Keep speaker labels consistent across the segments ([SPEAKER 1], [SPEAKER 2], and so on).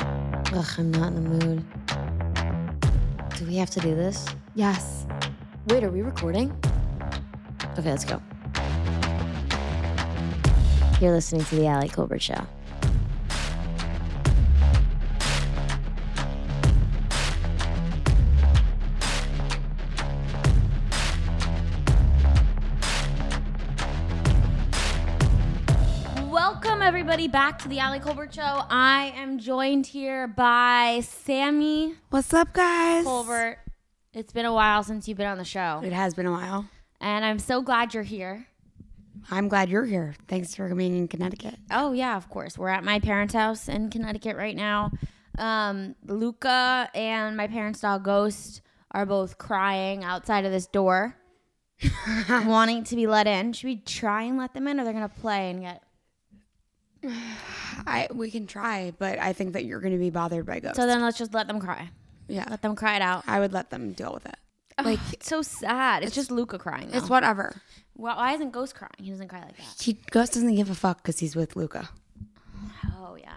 [SPEAKER 1] Ugh, I'm not in the mood. Do we have to do this?
[SPEAKER 2] Yes.
[SPEAKER 1] Wait, are we recording? Okay, let's go. You're listening to The Alec Colbert Show.
[SPEAKER 2] Welcome, everybody, back to the Allie Colbert Show. I am joined here by Sammy
[SPEAKER 3] What's up, guys?
[SPEAKER 2] Colbert. It's been a while since you've been on the show,
[SPEAKER 3] It has been a while.
[SPEAKER 2] and I'm so glad you're here.
[SPEAKER 3] I'm glad you're here. Thanks for being in Connecticut.
[SPEAKER 2] Oh, yeah, of course. We're at my parents' house in Connecticut right now. Um, Luca and my parents' dog Ghost are both crying outside of this door, wanting to be let in. Should we try and let them in, or they're gonna play and get?
[SPEAKER 3] I we can try, but I think that you're going to be bothered by ghosts.
[SPEAKER 2] So then let's just let them cry.
[SPEAKER 3] yeah,
[SPEAKER 2] Let them cry it out.
[SPEAKER 3] I would let them deal with it.
[SPEAKER 2] Like it's so sad. It's, just Luca crying. Though.
[SPEAKER 3] It's whatever.
[SPEAKER 2] Why- why isn't Ghost crying? He doesn't cry like that.
[SPEAKER 3] He, Ghost doesn't give a fuck because he's with Luca.
[SPEAKER 2] Oh yeah.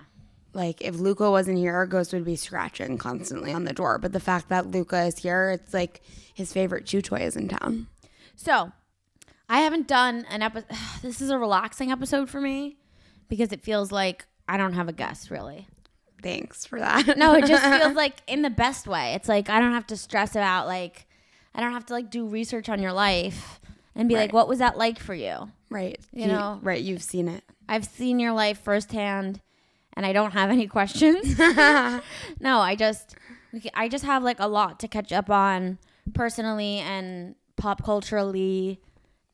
[SPEAKER 3] Like if Luca wasn't here, Ghost would be scratching constantly on the door. But the fact that Luca is here, it's like his favorite chew toy is in town.
[SPEAKER 2] So, I haven't done an episode. This is a relaxing episode for me because it feels like I don't have a guest really.
[SPEAKER 3] Thanks for that.
[SPEAKER 2] No, it just feels like in the best way. It's like I don't have to stress about like I don't have to like do research on your life and be like,
[SPEAKER 3] Right.
[SPEAKER 2] what was that like for you?
[SPEAKER 3] right.
[SPEAKER 2] You know.
[SPEAKER 3] Right. You've seen it.
[SPEAKER 2] I've seen your life firsthand, and I don't have any questions. no, I just, we ca- I just have like a lot to catch up on personally and pop culturally,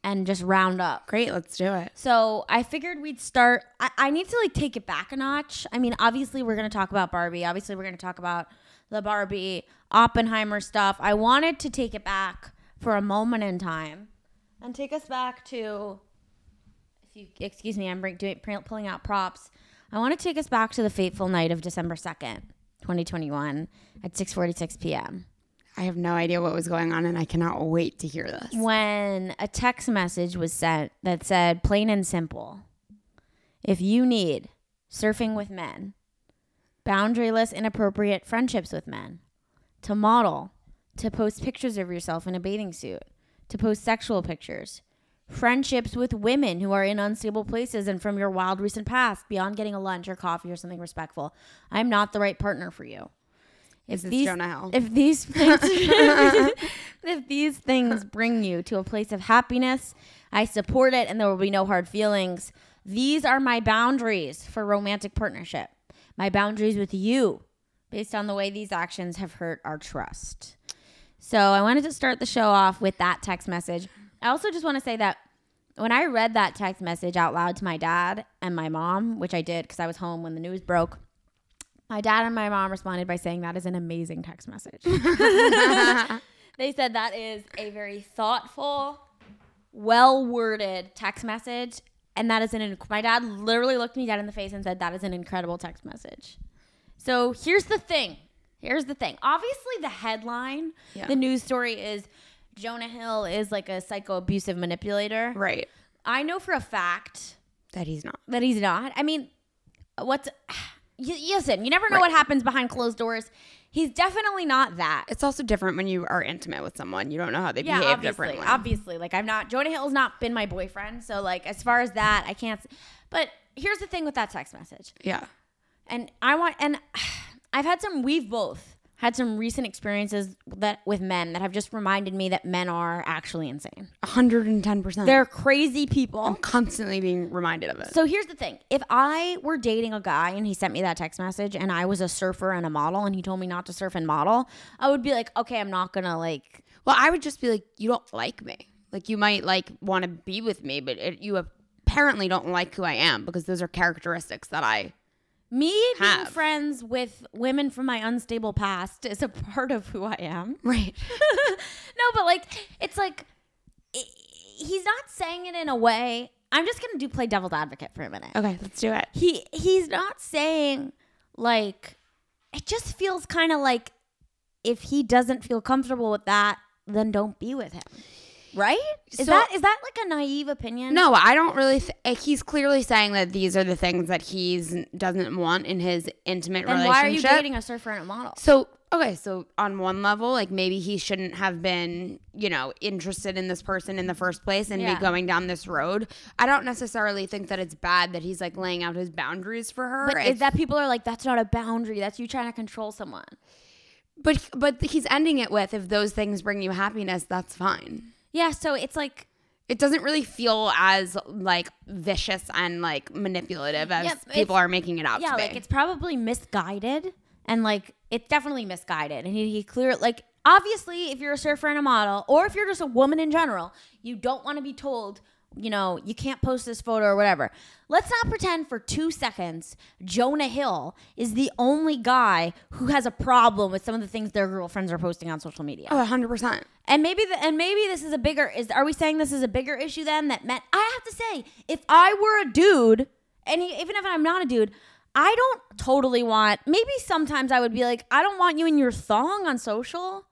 [SPEAKER 2] and just round up.
[SPEAKER 3] Great. Let's do it.
[SPEAKER 2] So I figured we'd start. I, I need to like take it back a notch. I mean, obviously we're gonna talk about Barbie. Obviously we're gonna talk about the Barbie Oppenheimer stuff. I wanted to take it back for a moment in time, and take us back to. If you excuse me, I'm bring, doing, pr- pulling out props. I want to take us back to the fateful night of December second, 2021, at 6:46 p.m.
[SPEAKER 3] I have no idea what was going on, and I cannot wait to hear this.
[SPEAKER 2] when a text message was sent that said plain and simple if you need surfing with men boundaryless inappropriate friendships with men to model to post pictures of yourself in a bathing suit to post sexual pictures friendships with women who are in unstable places and from your wild recent past beyond getting a lunch or coffee or something respectful i'm not the right partner for you if
[SPEAKER 3] Is this Jonah Hill?
[SPEAKER 2] if these things, if these things bring you to a place of happiness, I support it, and there will be no hard feelings. These are my boundaries for romantic partnership. My boundaries with you, based on the way these actions have hurt our trust. So I wanted to start the show off with that text message. I also just want to say that when I read that text message out loud to my dad and my mom, which I did because I was home when the news broke, my dad and my mom responded by saying that is an amazing text message. they said that is a very thoughtful, well worded text message. And that is an, inc- my dad literally looked me dead in the face and said, that is an incredible text message. So here's the thing. Here's the thing. Obviously, the headline,
[SPEAKER 3] Yeah.
[SPEAKER 2] the news story is Jonah Hill is like a psycho abusive manipulator.
[SPEAKER 3] Right.
[SPEAKER 2] I know for a fact
[SPEAKER 3] That he's not.
[SPEAKER 2] that he's not. I mean, what's y- listen? You never know what happens behind closed doors. He's definitely not that.
[SPEAKER 3] It's also different when you are intimate with someone. You don't know how they
[SPEAKER 2] Yeah,
[SPEAKER 3] behave
[SPEAKER 2] obviously,
[SPEAKER 3] differently.
[SPEAKER 2] obviously. Like I'm not. Jonah Hill's not been my boyfriend, so like as far as that, I can't. s- But here's the thing with that text message.
[SPEAKER 3] yeah.
[SPEAKER 2] and I want and I've had some we've both had some recent experiences that with men that have just reminded me that men are actually
[SPEAKER 3] Uh-huh.
[SPEAKER 2] insane.
[SPEAKER 3] 110%. They're
[SPEAKER 2] They're crazy people.
[SPEAKER 3] constantly being reminded of it.
[SPEAKER 2] So here's the thing. If I were dating a guy and he sent me that text message and I was a surfer and a model and he told me not to surf and model, I would be like, "Okay, I'm not going to like
[SPEAKER 3] well, I would just be like, you don't like me. Like, you might like want to be with me, but it, you apparently don't like who I am because those are characteristics that I.
[SPEAKER 2] me being
[SPEAKER 3] Have.
[SPEAKER 2] friends with women from my unstable past is a part of who I am."
[SPEAKER 3] Right.
[SPEAKER 2] no, but like it's like i- he's not saying it in a way. I'm just gonna do play devil's advocate for a minute.
[SPEAKER 3] Okay, let's do it.
[SPEAKER 2] He he's not saying like it just feels kind of like if he doesn't feel comfortable with that, then don't be with him. right? Is
[SPEAKER 3] So-
[SPEAKER 2] that is that like a naive opinion?
[SPEAKER 3] No, I don't really. Th- eh, he's clearly saying that these are the things that he's doesn't want in his intimate
[SPEAKER 2] Then
[SPEAKER 3] relationship.
[SPEAKER 2] why are you dating a surfer and a model?
[SPEAKER 3] So okay, so on one level, like maybe he shouldn't have been, you know, interested in this person in the first place and
[SPEAKER 2] Yeah.
[SPEAKER 3] be going down this road. I don't necessarily think that it's bad that he's like laying out his boundaries for her.
[SPEAKER 2] But
[SPEAKER 3] It's-
[SPEAKER 2] is that people are like, that's not a boundary. That's you trying to control someone.
[SPEAKER 3] but but he's ending it with if those things bring you happiness, that's fine.
[SPEAKER 2] Yeah. So it's like,
[SPEAKER 3] It doesn't really feel as like vicious and like manipulative as
[SPEAKER 2] Yeah, it's-
[SPEAKER 3] people are making it out
[SPEAKER 2] yeah,
[SPEAKER 3] to be.
[SPEAKER 2] like it's probably misguided and like it's definitely misguided. And he, he clear like obviously if you're a surfer and a model or if you're just a woman in general, you don't want to be told, you know, you can't post this photo or whatever. Let's not pretend for two seconds Jonah Hill is the only guy who has a problem with some of the things their girlfriends are posting on social media.
[SPEAKER 3] oh, 100%.
[SPEAKER 2] And maybe the, and maybe this is a bigger is are we saying this is a bigger issue then that men I have to say if I were a dude and he, even if I'm not a dude I don't totally want maybe sometimes I would be like I don't want you in your thong on social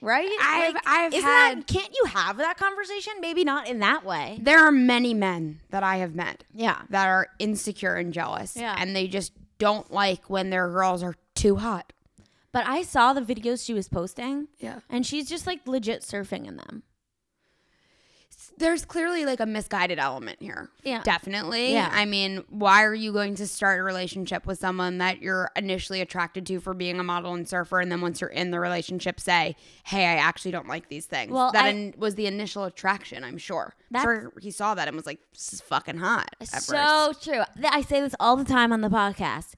[SPEAKER 2] right
[SPEAKER 3] I've-
[SPEAKER 2] Like,
[SPEAKER 3] I've
[SPEAKER 2] isn't
[SPEAKER 3] had-
[SPEAKER 2] that, can't you have that conversation maybe not in that way
[SPEAKER 3] There are many men that I have met
[SPEAKER 2] yeah
[SPEAKER 3] that are insecure and jealous.
[SPEAKER 2] Yeah.
[SPEAKER 3] And they just don't like when their girls are too hot.
[SPEAKER 2] but I saw the videos she was posting
[SPEAKER 3] Yeah.
[SPEAKER 2] and she's just like legit surfing in them
[SPEAKER 3] There's clearly like a misguided element here.
[SPEAKER 2] Yeah.
[SPEAKER 3] Definitely.
[SPEAKER 2] Yeah.
[SPEAKER 3] I mean, why are you going to start a relationship with someone that you're initially attracted to for being a model and surfer? And then once you're in the relationship, say, hey, I actually don't like these things.
[SPEAKER 2] Well,
[SPEAKER 3] that
[SPEAKER 2] I-
[SPEAKER 3] in- was the initial attraction, I'm sure. I'm
[SPEAKER 2] That's-
[SPEAKER 3] sure he saw that and was like, this is fucking hot. At
[SPEAKER 2] so true. Th- I say this all the time on the podcast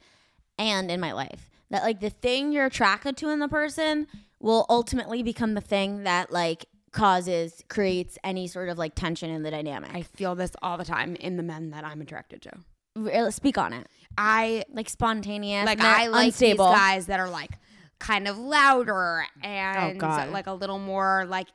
[SPEAKER 2] and in my life that like the thing you're attracted to in the person will ultimately become the thing that like causes creates any sort of like tension in the
[SPEAKER 3] I
[SPEAKER 2] dynamic.
[SPEAKER 3] feel this all the time in the men that I'm attracted to.
[SPEAKER 2] Re- speak on it.
[SPEAKER 3] I
[SPEAKER 2] Like spontaneous,
[SPEAKER 3] like
[SPEAKER 2] and they're
[SPEAKER 3] I like
[SPEAKER 2] unstable.
[SPEAKER 3] these guys that are like kind of louder and
[SPEAKER 2] God.
[SPEAKER 3] like a little more like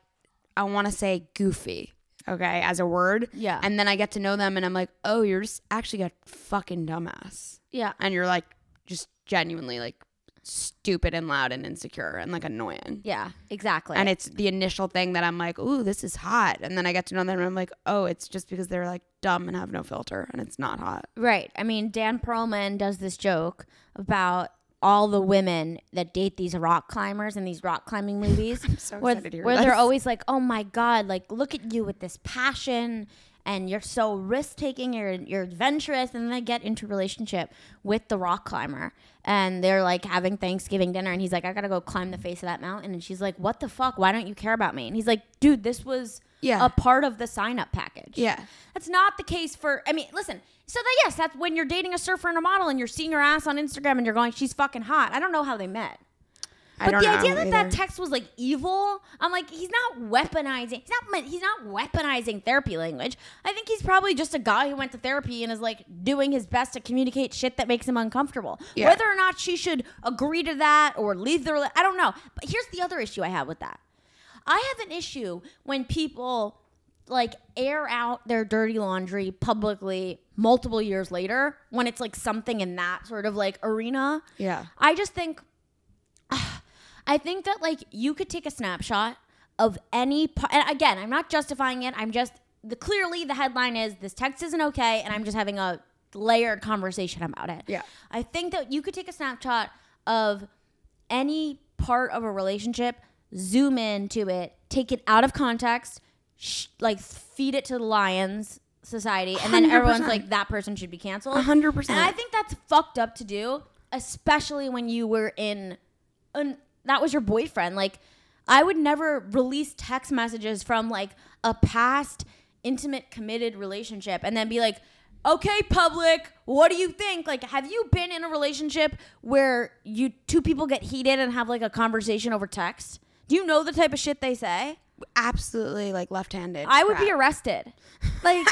[SPEAKER 3] I want to say goofy, okay, as a word.
[SPEAKER 2] Yeah.
[SPEAKER 3] And then I get to know them and I'm like, "Oh, you're just actually a fucking dumbass."
[SPEAKER 2] Yeah.
[SPEAKER 3] And you're like just genuinely like stupid and loud and insecure and like annoying.
[SPEAKER 2] Yeah, exactly.
[SPEAKER 3] And it's the initial thing that I'm like, "Ooh, this is hot." And then I get to know them and I'm like, "Oh, it's just because they're like dumb and have no filter and it's not hot."
[SPEAKER 2] Right. I mean, Dan Perlman does this joke about all the women that date these rock climbers in these rock climbing movies,
[SPEAKER 3] so
[SPEAKER 2] where,
[SPEAKER 3] excited to hear
[SPEAKER 2] where they're
[SPEAKER 3] this.
[SPEAKER 2] always like, "Oh my god! Like, look at you with this passion, and you're so risk taking, you're you're adventurous." And then they get into relationship with the rock climber, and they're like having Thanksgiving dinner, and he's like, "I gotta go climb the face of that mountain," and she's like, "What the fuck? Why don't you care about me?" And he's like, "Dude, this was."
[SPEAKER 3] Yeah.
[SPEAKER 2] A part of the sign up package.
[SPEAKER 3] Yeah.
[SPEAKER 2] That's not the case for. I mean, listen. So that yes, that's when you're dating a surfer and a model, and you're seeing her ass on Instagram, and you're going, "She's fucking hot." I don't know how they met,
[SPEAKER 3] I
[SPEAKER 2] but
[SPEAKER 3] don't
[SPEAKER 2] the
[SPEAKER 3] know
[SPEAKER 2] idea that
[SPEAKER 3] either.
[SPEAKER 2] that text was like evil, I'm like, he's not weaponizing. He's not. me- He's not weaponizing therapy language. I think he's probably just a guy who went to therapy and is like doing his best to communicate shit that makes him uncomfortable.
[SPEAKER 3] Yeah.
[SPEAKER 2] Whether or not she should agree to that or leave the, rela- I don't know. But here's the other issue I have with that. I have an issue when people like air out their dirty laundry publicly multiple years later when it's like something in that sort of like arena.
[SPEAKER 3] Yeah.
[SPEAKER 2] I just think I think that like you could take a snapshot of any po- and again, I'm not justifying it. I'm just the clearly the headline is this text isn't okay and I'm just having a layered conversation about it.
[SPEAKER 3] Yeah.
[SPEAKER 2] I think that you could take a snapshot of any part of a relationship, zoom into it, take it out of context, sh- like feed it to the lions society, and then everyone's
[SPEAKER 3] 100%.
[SPEAKER 2] like, that person should be canceled.
[SPEAKER 3] 100%.
[SPEAKER 2] And I think that's fucked up to do, especially when you were in, and that was your boyfriend. Like, I would never release text messages from like a past intimate committed relationship and then be like, okay, public, what do you think? Like, have you been in a relationship where you two people get heated and have like a conversation over text? Do you know the type of shit they say?
[SPEAKER 3] absolutely like left-handed.
[SPEAKER 2] I would be
[SPEAKER 3] crap.
[SPEAKER 2] arrested. Like,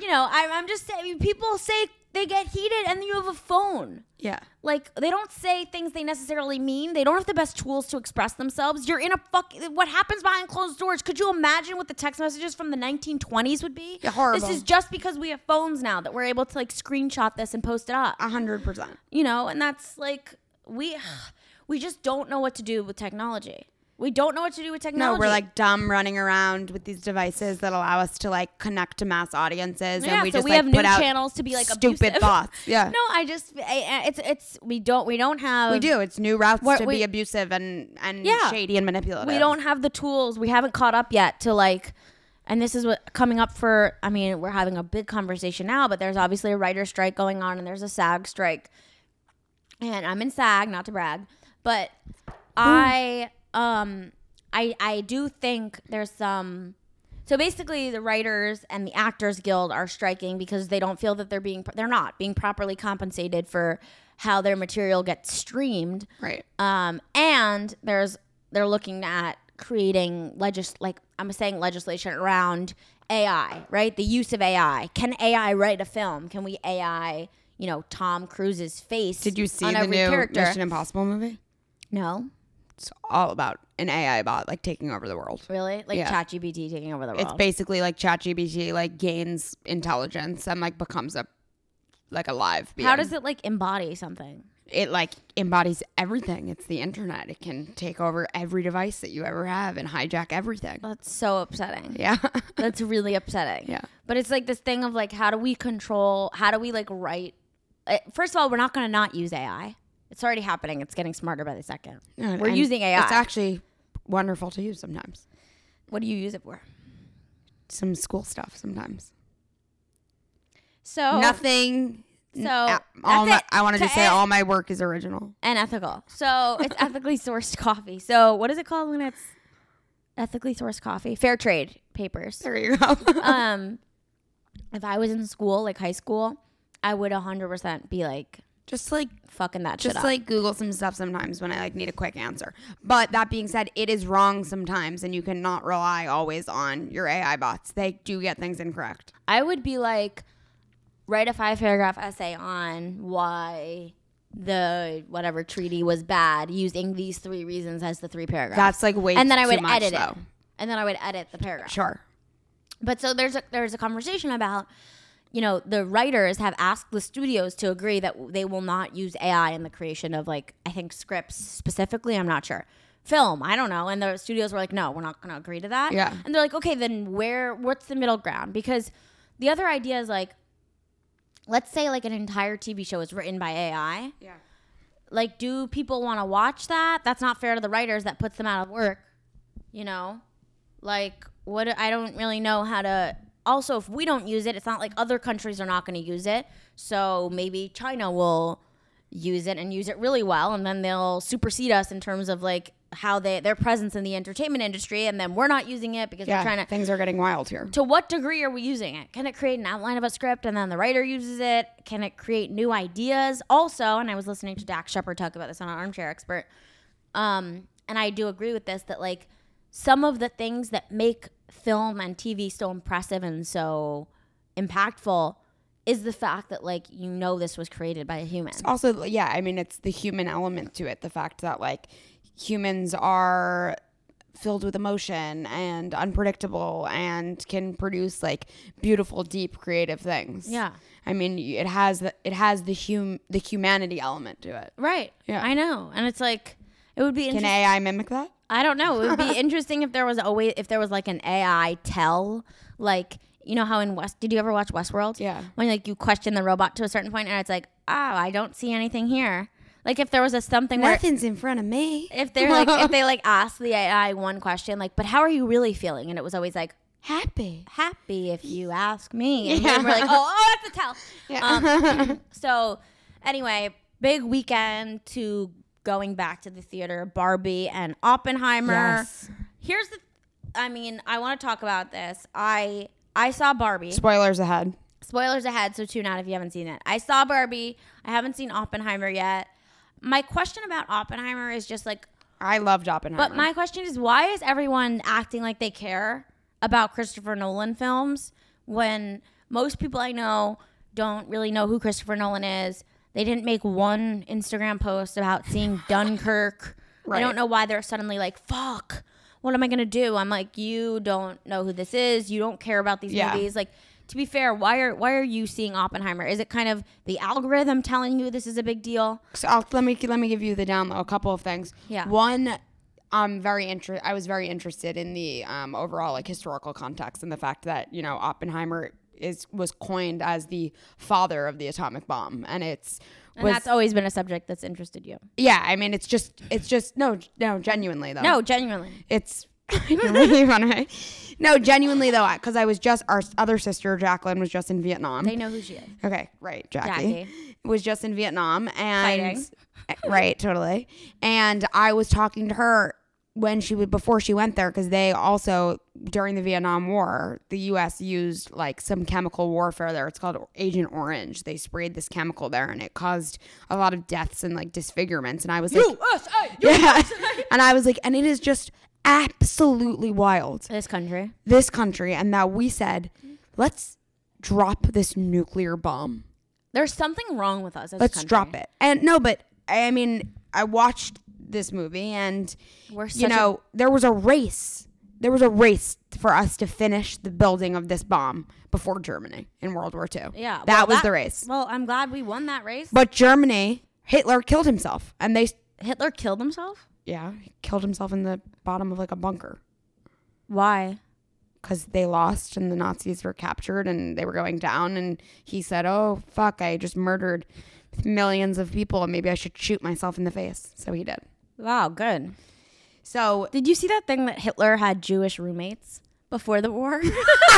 [SPEAKER 2] you know, I'm, I'm just saying, people say they get heated and you have a phone.
[SPEAKER 3] yeah.
[SPEAKER 2] Like, they don't say things they necessarily mean. They don't have the best tools to express themselves. You're in a fuck. What happens behind closed doors? Could you imagine what the text messages from the 1920s would be?
[SPEAKER 3] Yeah, horrible.
[SPEAKER 2] This is just because we have phones now that we're able to, like, screenshot this and post it up
[SPEAKER 3] A hundred percent.
[SPEAKER 2] you know and that's like we we just don't know what to do with technology We don't know what to do with
[SPEAKER 3] No,
[SPEAKER 2] technology.
[SPEAKER 3] we're like dumb running around with these devices that allow us to like connect to mass audiences,
[SPEAKER 2] yeah,
[SPEAKER 3] and we
[SPEAKER 2] so
[SPEAKER 3] just
[SPEAKER 2] we
[SPEAKER 3] like
[SPEAKER 2] have
[SPEAKER 3] put
[SPEAKER 2] new
[SPEAKER 3] out
[SPEAKER 2] channels to be like
[SPEAKER 3] stupid
[SPEAKER 2] abusive.
[SPEAKER 3] thoughts. Yeah,
[SPEAKER 2] no, I just I, I- it's it's we don't we don't have
[SPEAKER 3] we do. It's new routes
[SPEAKER 2] What
[SPEAKER 3] to
[SPEAKER 2] we-
[SPEAKER 3] be abusive and and
[SPEAKER 2] Yeah.
[SPEAKER 3] shady and manipulative.
[SPEAKER 2] we don't have the tools. We haven't caught up yet to like, and this is what coming up for. I mean, we're having a big conversation now, but there's obviously a writer strike going on, and there's a SAG strike, and I'm in SAG, not to brag, but I um I I do think there's some. So basically, the writers and the actors guild are striking because they don't feel that they're being they're not being properly compensated for how their material gets streamed
[SPEAKER 3] right.
[SPEAKER 2] um, and there's they're looking at creating legis like I'm saying legislation around AI, right? The use of AI. Can AI write a film? Can we AI, you know, Tom Cruise's face?
[SPEAKER 3] Did you see
[SPEAKER 2] on
[SPEAKER 3] the
[SPEAKER 2] every
[SPEAKER 3] new
[SPEAKER 2] character?
[SPEAKER 3] Mission Impossible movie?
[SPEAKER 2] No,
[SPEAKER 3] It's all about an AI bot like taking over the world.
[SPEAKER 2] really, like
[SPEAKER 3] Yeah.
[SPEAKER 2] ChatGPT taking over the world.
[SPEAKER 3] It's basically like ChatGPT like gains intelligence and like becomes a like a live. Being.
[SPEAKER 2] How does it like embody something?
[SPEAKER 3] it like embodies everything? It's the internet. It can take over every device that you ever have and hijack everything.
[SPEAKER 2] That's so upsetting.
[SPEAKER 3] Yeah.
[SPEAKER 2] That's really upsetting.
[SPEAKER 3] Yeah.
[SPEAKER 2] But it's like this thing of like, how do we control? How do we like write? uh, First of all, we're not going to not use AI. It's already happening. It's getting smarter by the second.
[SPEAKER 3] No,
[SPEAKER 2] We're
[SPEAKER 3] and
[SPEAKER 2] using AI.
[SPEAKER 3] It's actually wonderful to use sometimes.
[SPEAKER 2] what do you use it for?
[SPEAKER 3] Some school stuff sometimes.
[SPEAKER 2] So
[SPEAKER 3] Nothing.
[SPEAKER 2] Oh, So,
[SPEAKER 3] Uh, all my,
[SPEAKER 2] that's it.
[SPEAKER 3] I wanted to
[SPEAKER 2] To
[SPEAKER 3] say
[SPEAKER 2] it.
[SPEAKER 3] all my work is original.
[SPEAKER 2] and ethical. So it's ethically sourced coffee. So what is it called when it's ethically sourced coffee? Fair trade papers.
[SPEAKER 3] There you go.
[SPEAKER 2] Um, if I was in school, like high school, I would 100% be like
[SPEAKER 3] just like
[SPEAKER 2] fucking that shit
[SPEAKER 3] just
[SPEAKER 2] up.
[SPEAKER 3] like Google some stuff sometimes when I like need a quick answer. But that being said, it is wrong sometimes, and you cannot rely always on your AI bots. They do get things incorrect.
[SPEAKER 2] I would be like, write a five paragraph essay on why the whatever treaty was bad using these three reasons as the three paragraphs.
[SPEAKER 3] That's like way
[SPEAKER 2] and then I
[SPEAKER 3] too
[SPEAKER 2] would
[SPEAKER 3] much,
[SPEAKER 2] edit it.
[SPEAKER 3] though.
[SPEAKER 2] And then I would edit the paragraph.
[SPEAKER 3] Sure.
[SPEAKER 2] But so there's a there's a conversation about you know the writers have asked the studios to agree that they will not use AI in the creation of like I think scripts specifically. I'm not sure. Film, I don't know. And the studios were like, no, we're not going to agree to that.
[SPEAKER 3] Yeah.
[SPEAKER 2] And they're like, okay, then where? What's the middle ground? Because the other idea is like, let's say like an entire TV show is written by AI.
[SPEAKER 3] Yeah.
[SPEAKER 2] Like, do people want to watch that? That's not fair to the writers. That puts them out of work. You know like what i don't really know how to also if we don't use it it's not like other countries are not going to use it so maybe china will use it and use it really well and then they'll supersede us in terms of like how they their presence in the entertainment industry and then we're not using it because
[SPEAKER 3] Yeah.
[SPEAKER 2] we're trying to
[SPEAKER 3] things are getting wild here.
[SPEAKER 2] to what degree are we using it? Can it create an outline of a script and then the writer uses it? Can it create new ideas? Also, and I was listening to Dak Shepard talk about this on Armchair Expert, um, and I do agree with this that like some of the things that make film and TV so impressive and so impactful is the fact that like you know this was created by a human.
[SPEAKER 3] also yeah i mean it's the human element to it the fact that like humans are filled with emotion and unpredictable and can produce like beautiful deep creative things
[SPEAKER 2] Yeah.
[SPEAKER 3] i mean y- it has the, it has the hum the humanity element to it
[SPEAKER 2] Right.
[SPEAKER 3] Yeah.
[SPEAKER 2] I know, and it's like it would be
[SPEAKER 3] can
[SPEAKER 2] interesting.
[SPEAKER 3] ai mimic that
[SPEAKER 2] I don't know. It would be interesting if there was always if there was like an AI tell, like you know how in West did you ever watch Westworld?
[SPEAKER 3] Yeah.
[SPEAKER 2] When like you question the robot to a certain point and it's like, oh, I don't see anything here. Like if there was a something where
[SPEAKER 3] in front of me
[SPEAKER 2] if they're like if they like asked the AI one question like, but how are you really feeling? And it was always like
[SPEAKER 3] happy
[SPEAKER 2] happy if you ask me. And then we're like, oh, oh, that's a tell. Um, so anyway, big weekend to going back to the theater, Barbie and Oppenheimer.
[SPEAKER 3] Yes.
[SPEAKER 2] Here's the I mean, I want to talk about this. I I saw Barbie.
[SPEAKER 3] spoilers ahead
[SPEAKER 2] Spoilers ahead, so tune out if you haven't seen it. I saw Barbie. I haven't seen Oppenheimer yet. My question about Oppenheimer is just like
[SPEAKER 3] i loved oppenheimer
[SPEAKER 2] but my question is, why is everyone acting like they care about Christopher Nolan films when most people I know don't really know who Christopher Nolan is? They didn't make one Instagram post about seeing Dunkirk. I
[SPEAKER 3] Right.
[SPEAKER 2] don't know why they're suddenly like, fuck, what am I going to do? I'm like, you don't know who this is. You don't care about these
[SPEAKER 3] Yeah.
[SPEAKER 2] movies. Like, to be fair, why are why are you seeing Oppenheimer? Is it kind of the algorithm telling you this is a big deal?
[SPEAKER 3] So I'll, let me let me give you the download. A couple of things.
[SPEAKER 2] Yeah.
[SPEAKER 3] One, I'm very inter- I was very interested in the um, overall like historical context and the fact that you know Oppenheimer is was coined as the father of the atomic bomb, and it's
[SPEAKER 2] And
[SPEAKER 3] was
[SPEAKER 2] that's always been a subject that's interested you.
[SPEAKER 3] yeah. I mean, it's just it's just no no genuinely though
[SPEAKER 2] No, genuinely.
[SPEAKER 3] it's I don't really wanna- no genuinely though because I was just our other sister Jacqueline was just in Vietnam.
[SPEAKER 2] They know who she is.
[SPEAKER 3] Okay, right, Jackie,
[SPEAKER 2] Jackie.
[SPEAKER 3] was just in Vietnam and eh, right, totally. And I was talking to her when she was before she went there because they also during the Vietnam War the U.S. used like some chemical warfare there. It's called Agent Orange. They sprayed this chemical there and it caused a lot of deaths and like disfigurements. And I was like, yeah, and I was like, and it is just absolutely wild
[SPEAKER 2] This country.
[SPEAKER 3] this country and that we said, let's drop this nuclear bomb.
[SPEAKER 2] There's something wrong with us as
[SPEAKER 3] Let's
[SPEAKER 2] a country.
[SPEAKER 3] drop it. And no, but I mean, I watched this movie and
[SPEAKER 2] We're
[SPEAKER 3] you
[SPEAKER 2] such a-
[SPEAKER 3] know, there was a race. There was a race for us to finish the building of this bomb before Germany in World War II.
[SPEAKER 2] yeah.
[SPEAKER 3] That
[SPEAKER 2] well,
[SPEAKER 3] was the race.
[SPEAKER 2] Well, I'm glad we won that race.
[SPEAKER 3] But Germany, Hitler killed himself and they
[SPEAKER 2] Hitler killed himself?
[SPEAKER 3] yeah, he killed himself in the bottom of like a bunker.
[SPEAKER 2] Why?
[SPEAKER 3] because they lost and the Nazis were captured and they were going down. And he said, Oh, fuck, I just murdered millions of people and maybe I should shoot myself in the face. So he did.
[SPEAKER 2] Wow, good.
[SPEAKER 3] So
[SPEAKER 2] Did you see that thing that Hitler had Jewish roommates before the war?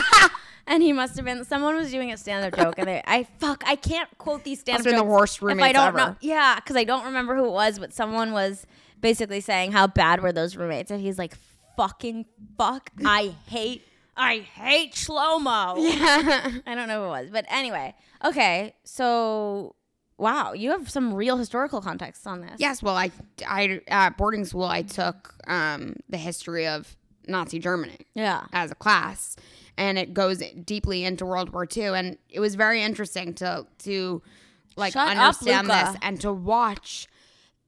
[SPEAKER 2] and he must have been someone was doing a stand-up joke and they I fuck I can't quote these stand-up
[SPEAKER 3] been the
[SPEAKER 2] jokes
[SPEAKER 3] worst
[SPEAKER 2] if I
[SPEAKER 3] roommates
[SPEAKER 2] don't
[SPEAKER 3] ever.
[SPEAKER 2] know- yeah, because I don't remember who it was, but someone was basically saying how bad were those roommates, and he's like, "Fucking fuck, I hate, I hate Shlomo." I don't know who it was, but anyway, okay, so. Wow, you have some real historical context on this.
[SPEAKER 3] Yes, well, I, I at boarding school I took um, the history of Nazi Germany
[SPEAKER 2] Yeah.
[SPEAKER 3] as a class, and it goes deeply into World War II, and it was very interesting to to like
[SPEAKER 2] Shut up,
[SPEAKER 3] understand
[SPEAKER 2] Luca.
[SPEAKER 3] this and to watch.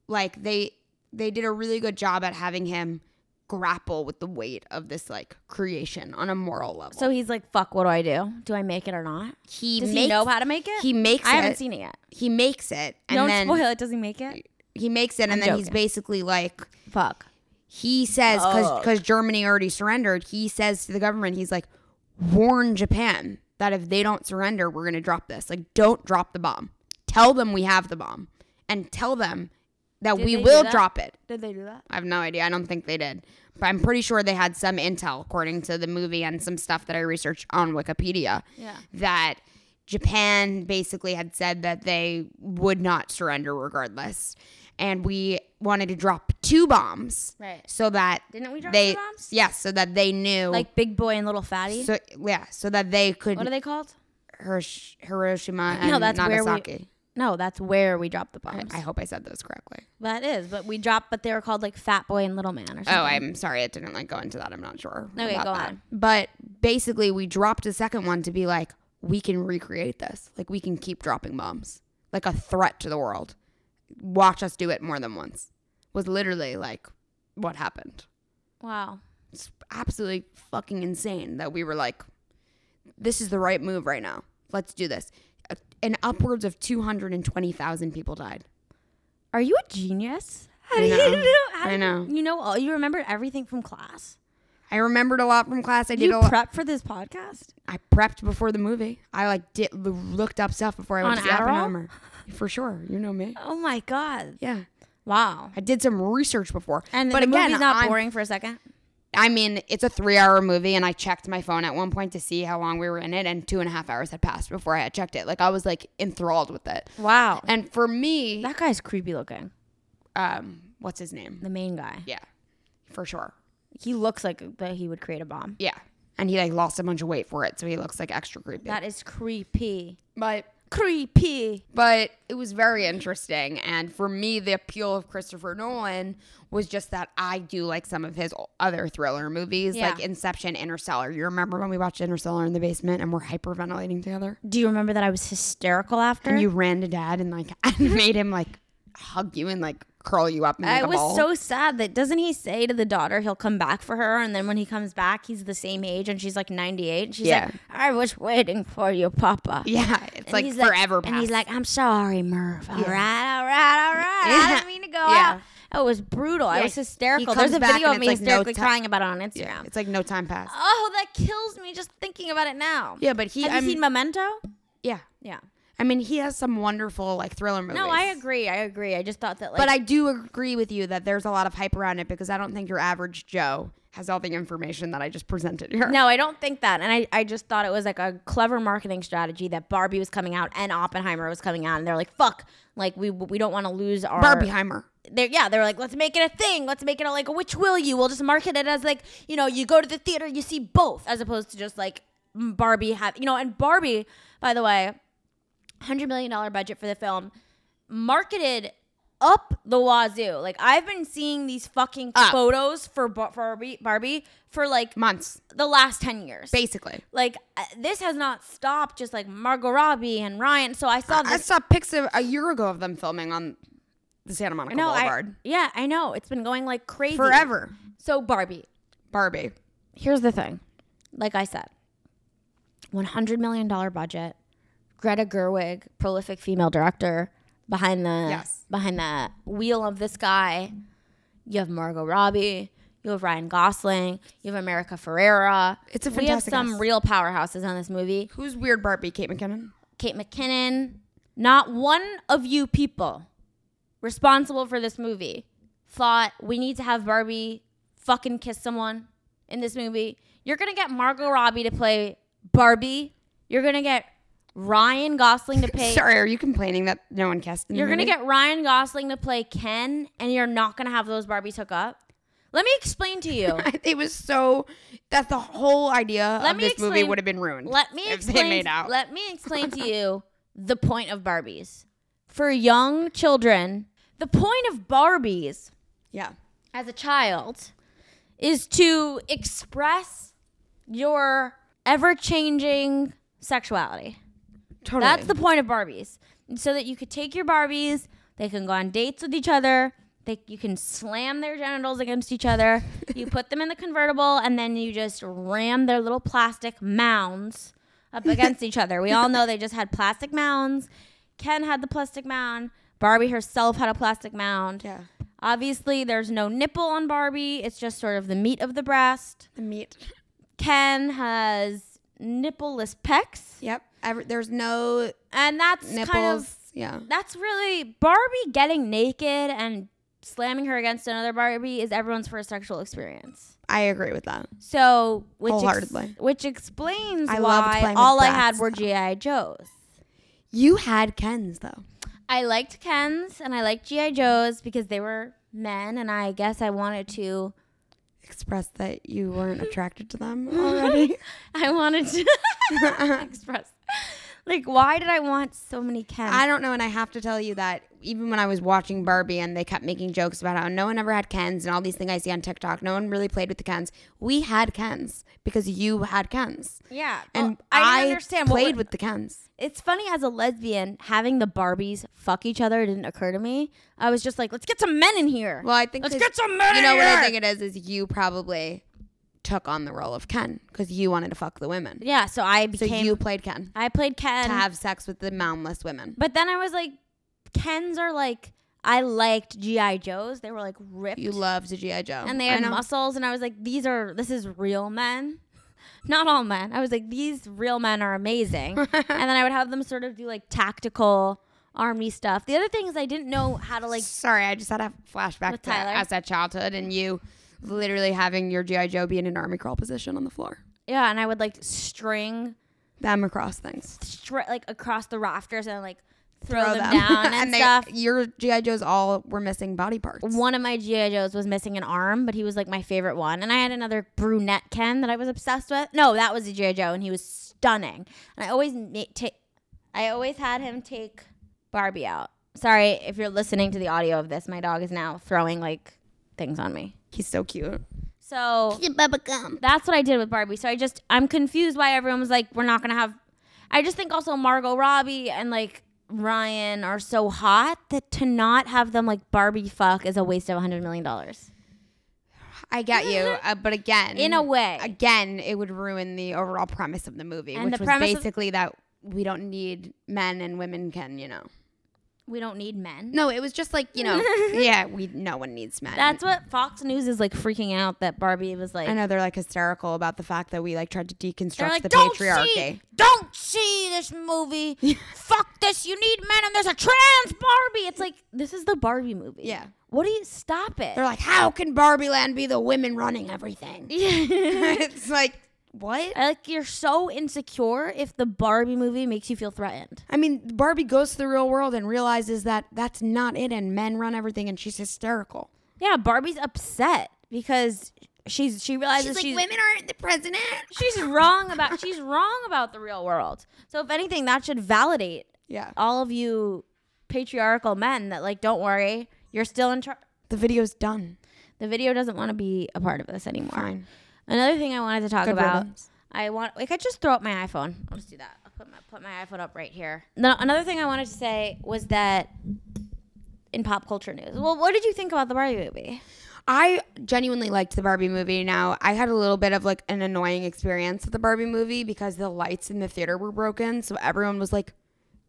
[SPEAKER 3] Like they they did a really good job at having him grapple with the weight of this like creation on a moral level.
[SPEAKER 2] So he's like, fuck, what do I do? Do I make it or not?
[SPEAKER 3] he
[SPEAKER 2] Does
[SPEAKER 3] makes
[SPEAKER 2] he know how to make it?
[SPEAKER 3] he makes
[SPEAKER 2] I haven't
[SPEAKER 3] it.
[SPEAKER 2] seen it yet.
[SPEAKER 3] he makes it, and
[SPEAKER 2] Don't
[SPEAKER 3] then
[SPEAKER 2] spoil it. Does he make it?
[SPEAKER 3] he makes it, and then he's
[SPEAKER 2] joking.
[SPEAKER 3] basically like.
[SPEAKER 2] Fuck.
[SPEAKER 3] he says because Germany already surrendered, he says to the government, he's like, warn Japan that if they don't surrender, we're gonna drop this. Like, don't drop the bomb. Tell them we have the bomb, and tell them that
[SPEAKER 2] Did
[SPEAKER 3] we
[SPEAKER 2] they do
[SPEAKER 3] will
[SPEAKER 2] that?
[SPEAKER 3] drop it.
[SPEAKER 2] Did they do that?
[SPEAKER 3] I have no idea. I don't think they did, but I'm pretty sure they had some intel, according to the movie and some stuff that I researched on Wikipedia,
[SPEAKER 2] Yeah.
[SPEAKER 3] that Japan basically had said that they would not surrender regardless. And we wanted to drop two bombs
[SPEAKER 2] Right.
[SPEAKER 3] so that
[SPEAKER 2] Didn't we drop
[SPEAKER 3] they
[SPEAKER 2] two bombs?
[SPEAKER 3] yes so that they knew
[SPEAKER 2] Like Big Boy and Little Fatty.
[SPEAKER 3] so yeah so that they could
[SPEAKER 2] what are they called?
[SPEAKER 3] Hirosh- Hiroshima and
[SPEAKER 2] no, that's where we.
[SPEAKER 3] Nagasaki.
[SPEAKER 2] No, that's where we dropped the bombs.
[SPEAKER 3] I hope I said those correctly.
[SPEAKER 2] that is, but we dropped. But they were called like Fat Boy and Little Man or something.
[SPEAKER 3] Oh, I'm sorry, it didn't like go into that. I'm not sure.
[SPEAKER 2] Okay,
[SPEAKER 3] about
[SPEAKER 2] go
[SPEAKER 3] that.
[SPEAKER 2] on.
[SPEAKER 3] But basically, we dropped a second one to be like, we can recreate this. Like we can keep dropping bombs, like a threat to the world. Watch us do it more than once. Was literally like what happened.
[SPEAKER 2] wow.
[SPEAKER 3] it's absolutely fucking insane that we were like, this is the right move right now. Let's do this. Uh, And upwards of 220,000 people died.
[SPEAKER 2] Are you a genius? How
[SPEAKER 3] I
[SPEAKER 2] do you
[SPEAKER 3] know.
[SPEAKER 2] know? How
[SPEAKER 3] I
[SPEAKER 2] do you-
[SPEAKER 3] know.
[SPEAKER 2] You know all. You remembered everything from class.
[SPEAKER 3] I remembered a lot from class. I did
[SPEAKER 2] you
[SPEAKER 3] a lot.
[SPEAKER 2] prepped for this podcast.
[SPEAKER 3] I prepped before the movie. I like did, l- looked up stuff before I went
[SPEAKER 2] On
[SPEAKER 3] to see
[SPEAKER 2] Adderall?
[SPEAKER 3] Oppenheimer. For sure. You know me.
[SPEAKER 2] Oh my god.
[SPEAKER 3] Yeah.
[SPEAKER 2] Wow.
[SPEAKER 3] I did some research before.
[SPEAKER 2] And
[SPEAKER 3] but
[SPEAKER 2] the
[SPEAKER 3] again,
[SPEAKER 2] movie's not
[SPEAKER 3] I'm-
[SPEAKER 2] boring for a second.
[SPEAKER 3] I mean, it's a three hour movie, and I checked my phone at one point to see how long we were in it, and two and a half hours had passed before I had checked it. Like, I was like enthralled with it.
[SPEAKER 2] Wow.
[SPEAKER 3] And for me,
[SPEAKER 2] that guy's creepy looking.
[SPEAKER 3] um, what's his name?
[SPEAKER 2] The main guy.
[SPEAKER 3] Yeah, for sure.
[SPEAKER 2] He looks like that he would create a bomb.
[SPEAKER 3] Yeah, and he like lost a bunch of weight for it, so he looks like extra creepy.
[SPEAKER 2] That is creepy.
[SPEAKER 3] but
[SPEAKER 2] Creepy.
[SPEAKER 3] but it was very interesting, and for me, the appeal of Christopher Nolan was just that I do like some of his o- other thriller movies,
[SPEAKER 2] Yeah.
[SPEAKER 3] like Inception, Interstellar. You remember when we watched Interstellar in the basement and we're hyperventilating together,
[SPEAKER 2] Do you remember that I was hysterical after?
[SPEAKER 3] and you ran to Dad and like made him like hug you and like curl you up. And
[SPEAKER 2] I was so sad that doesn't he say to the daughter he'll come back for her and then when he comes back he's the same age and she's like 98 and she's
[SPEAKER 3] Yeah.
[SPEAKER 2] like I was waiting for you papa.
[SPEAKER 3] yeah, it's
[SPEAKER 2] And
[SPEAKER 3] like
[SPEAKER 2] he's
[SPEAKER 3] forever.
[SPEAKER 2] And he's
[SPEAKER 3] past.
[SPEAKER 2] like I'm sorry Merv. All right, all right, all right. I
[SPEAKER 3] Yeah.
[SPEAKER 2] didn't mean to go
[SPEAKER 3] Yeah.
[SPEAKER 2] out. Oh, it was brutal. I
[SPEAKER 3] Yeah,
[SPEAKER 2] was
[SPEAKER 3] he- he
[SPEAKER 2] hysterical.
[SPEAKER 3] comes
[SPEAKER 2] There's a
[SPEAKER 3] back
[SPEAKER 2] video
[SPEAKER 3] and
[SPEAKER 2] of
[SPEAKER 3] it's
[SPEAKER 2] me
[SPEAKER 3] like no
[SPEAKER 2] hysterically
[SPEAKER 3] ti-
[SPEAKER 2] crying about it on Instagram.
[SPEAKER 3] Yeah, it's like no time passed.
[SPEAKER 2] Oh, that kills me just thinking about it now.
[SPEAKER 3] Yeah, but he.
[SPEAKER 2] Have
[SPEAKER 3] I
[SPEAKER 2] you
[SPEAKER 3] mean,
[SPEAKER 2] seen Memento?
[SPEAKER 3] yeah,
[SPEAKER 2] Yeah.
[SPEAKER 3] I mean, he has some wonderful like thriller movies.
[SPEAKER 2] No, I agree. I agree. I just thought that like
[SPEAKER 3] But I do agree with you that there's a lot of hype around it because I don't think your average Joe has all the information that I just presented here.
[SPEAKER 2] No, I don't think that. And I, I just thought it was like a clever marketing strategy that Barbie was coming out and Oppenheimer was coming out. And they're like, fuck, like we we don't want to lose our.
[SPEAKER 3] Barbieheimer.
[SPEAKER 2] They're, yeah, they're like, let's make it a thing. Let's make it a, like, which will you? We'll just market it as like, you know, you go to the theater, you see both, as opposed to just like Barbie have, you know, and Barbie, by the way, $100 million budget for the film, marketed up the wazoo. Like, I've been seeing these fucking
[SPEAKER 3] Up.
[SPEAKER 2] photos for Bar- Barbie, Barbie for like
[SPEAKER 3] Months,
[SPEAKER 2] the last 10 years.
[SPEAKER 3] basically.
[SPEAKER 2] Like, uh, this has not stopped, just like Margot Robbie and Ryan. So I saw
[SPEAKER 3] I
[SPEAKER 2] this.
[SPEAKER 3] saw pics of a year ago of them filming on the Santa Monica
[SPEAKER 2] no, I,
[SPEAKER 3] Boulevard.
[SPEAKER 2] yeah, I know. It's been going like crazy.
[SPEAKER 3] Forever.
[SPEAKER 2] So, Barbie,
[SPEAKER 3] Barbie.
[SPEAKER 2] here's the thing. Like I said, $100 million budget. Greta Gerwig, prolific female director, behind the
[SPEAKER 3] Yes.
[SPEAKER 2] behind the wheel of this guy. You have Margot Robbie. You have Ryan Gosling. You have America Ferrera.
[SPEAKER 3] It's a
[SPEAKER 2] we have
[SPEAKER 3] fantastic
[SPEAKER 2] some
[SPEAKER 3] cast.
[SPEAKER 2] real powerhouses on this movie.
[SPEAKER 3] Who's weird Barbie? Kate McKinnon?
[SPEAKER 2] Kate McKinnon, not one of you people responsible for this movie thought we need to have Barbie fucking kiss someone in this movie. You're going to get Margot Robbie to play Barbie. You're going to get Ryan Gosling to play.
[SPEAKER 3] Sorry, are you complaining that no one cast in the
[SPEAKER 2] You're going to
[SPEAKER 3] movie?
[SPEAKER 2] get Ryan Gosling to play Ken, and you're not going to have those Barbies hook up. Let me explain to you.
[SPEAKER 3] It was so that the whole idea
[SPEAKER 2] Let
[SPEAKER 3] of
[SPEAKER 2] me
[SPEAKER 3] this movie
[SPEAKER 2] explain-
[SPEAKER 3] would have been ruined.
[SPEAKER 2] Let me
[SPEAKER 3] if
[SPEAKER 2] explain.
[SPEAKER 3] They made out.
[SPEAKER 2] Let me explain to you the point of Barbies for young children. The point of Barbies
[SPEAKER 3] yeah.
[SPEAKER 2] as a child is to express your ever-changing sexuality.
[SPEAKER 3] Totally.
[SPEAKER 2] That's the point of Barbies, so that you could take your Barbies. They can go on dates with each other. They, you can slam their genitals against each other. You put them in the convertible, and then you just ram their little plastic mounds up against each other. We all know they just had plastic mounds. Ken had the plastic mound. Barbie herself had a plastic mound.
[SPEAKER 3] Yeah.
[SPEAKER 2] Obviously, there's no nipple on Barbie. It's just sort of the meat of the breast.
[SPEAKER 3] The meat.
[SPEAKER 2] Ken has nippleless pecs,
[SPEAKER 3] Yep. Every, there's no
[SPEAKER 2] and that's
[SPEAKER 3] nipples.
[SPEAKER 2] kind of
[SPEAKER 3] yeah.
[SPEAKER 2] that's really Barbie getting naked and slamming her against another Barbie is everyone's first sexual experience.
[SPEAKER 3] I agree with that.
[SPEAKER 2] So, which ex-
[SPEAKER 3] Wholeheartedly.
[SPEAKER 2] which explains
[SPEAKER 3] I loved
[SPEAKER 2] why
[SPEAKER 3] playing with
[SPEAKER 2] all I had
[SPEAKER 3] brats,
[SPEAKER 2] were GI Joes.
[SPEAKER 3] You had Ken's though.
[SPEAKER 2] I liked Kens and I liked GI Joes because they were men, and I guess I wanted to.
[SPEAKER 3] Express that you weren't attracted to them already.
[SPEAKER 2] I wanted to express. Like, why did I want so many Kens?
[SPEAKER 3] I don't know, and I have to tell you that even when I was watching Barbie and they kept making jokes about how no one ever had Kens and all these things I see on TikTok, no one really played with the Kens. We had Kens because you had Kens.
[SPEAKER 2] yeah,
[SPEAKER 3] And
[SPEAKER 2] well,
[SPEAKER 3] I,
[SPEAKER 2] Oh, didn't understand what
[SPEAKER 3] played
[SPEAKER 2] were-
[SPEAKER 3] with the Kens.
[SPEAKER 2] It's funny as a lesbian having the Barbies fuck each other didn't occur to me. I was just like, let's get some men in here.
[SPEAKER 3] Well, I think
[SPEAKER 2] let's
[SPEAKER 3] 'cause-
[SPEAKER 2] get some men.
[SPEAKER 3] You know
[SPEAKER 2] in
[SPEAKER 3] what I
[SPEAKER 2] here!
[SPEAKER 3] think it is is you probably took on the role of Ken because you wanted to fuck the women.
[SPEAKER 2] Yeah, so I
[SPEAKER 3] So
[SPEAKER 2] became.
[SPEAKER 3] you played Ken
[SPEAKER 2] I played Ken,
[SPEAKER 3] to have sex with the moundless women.
[SPEAKER 2] but then I was like, Kens are like. I liked GI Joes. They were like ripped,
[SPEAKER 3] You loved the GI Joe,
[SPEAKER 2] and they
[SPEAKER 3] I
[SPEAKER 2] had
[SPEAKER 3] know.
[SPEAKER 2] muscles. And I was like, these are this is real men, not all men. I was like, these real men are amazing. and then I would have them sort of do like tactical army stuff. The other thing is I didn't know how to like
[SPEAKER 3] Sorry, I just had a flashback
[SPEAKER 2] With
[SPEAKER 3] to
[SPEAKER 2] Tyler.
[SPEAKER 3] us at childhood and you literally having your GI Joe be in an army crawl position on the floor,
[SPEAKER 2] yeah, and I would like string
[SPEAKER 3] them across things,
[SPEAKER 2] stri- like across the rafters and like throw, them, down and,
[SPEAKER 3] they-
[SPEAKER 2] stuff.
[SPEAKER 3] Your GI Joes all were missing body parts.
[SPEAKER 2] One of my GI Joes was missing an arm, but he was like my favorite one. And I had another brunette Ken that I was obsessed with. No, that was a GI Joe, and he was stunning. And I always na- take, I always had him take Barbie out. Sorry if you're listening to the audio of this. My dog is now throwing like things on me.
[SPEAKER 3] He's so cute.
[SPEAKER 2] So that's what I did with Barbie. So I just I'm confused why everyone was like, we're not gonna have. I just think also Margot Robbie and like Ryan are so hot that to not have them like Barbie fuck is a waste of a hundred million dollars.
[SPEAKER 3] I get you, uh, but again,
[SPEAKER 2] In a way.
[SPEAKER 3] again, it would ruin the overall premise of the movie,
[SPEAKER 2] And
[SPEAKER 3] which
[SPEAKER 2] the
[SPEAKER 3] was
[SPEAKER 2] premise of-
[SPEAKER 3] basically that we don't need men and women can, you know,
[SPEAKER 2] we don't need men.
[SPEAKER 3] No, it was just like you know, yeah, we no one needs men.
[SPEAKER 2] That's what Fox News is like freaking out that Barbie was like.
[SPEAKER 3] I know they're like hysterical about the fact that we like tried to deconstruct
[SPEAKER 2] They're like,
[SPEAKER 3] the
[SPEAKER 2] don't
[SPEAKER 3] patriarchy.
[SPEAKER 2] see, don't see this movie. Fuck this. You need men, and there's a trans Barbie. It's like this is the Barbie movie.
[SPEAKER 3] Yeah.
[SPEAKER 2] What do you stop it?
[SPEAKER 3] They're like, how can Barbie Land be the women running everything? it's like what?
[SPEAKER 2] I like you're so insecure if the Barbie movie makes you feel threatened.
[SPEAKER 3] I mean, Barbie goes to the real world and realizes that that's not it, and men run everything, and she's hysterical.
[SPEAKER 2] Yeah, Barbie's upset because she's she realizes she's
[SPEAKER 3] aren't the president.
[SPEAKER 2] she's wrong about she's wrong about the real world. So if anything, that should validate
[SPEAKER 3] Yeah.
[SPEAKER 2] all of you patriarchal men that like don't worry, you're still in charge.
[SPEAKER 3] The video's done.
[SPEAKER 2] The video doesn't want to be a part of this anymore.
[SPEAKER 3] Fine.
[SPEAKER 2] Another thing I wanted to talk
[SPEAKER 3] Good
[SPEAKER 2] about.
[SPEAKER 3] riddance.
[SPEAKER 2] I want. I could just throw up my iPhone. I'll just do that. I'll put my put my iPhone up right here. No, another thing I wanted to say was that in pop culture news. Well, what did you think about the Barbie movie?
[SPEAKER 3] I genuinely liked the Barbie movie. Now, I had a little bit of like an annoying experience with the Barbie movie because the lights in the theater were broken. So everyone was like,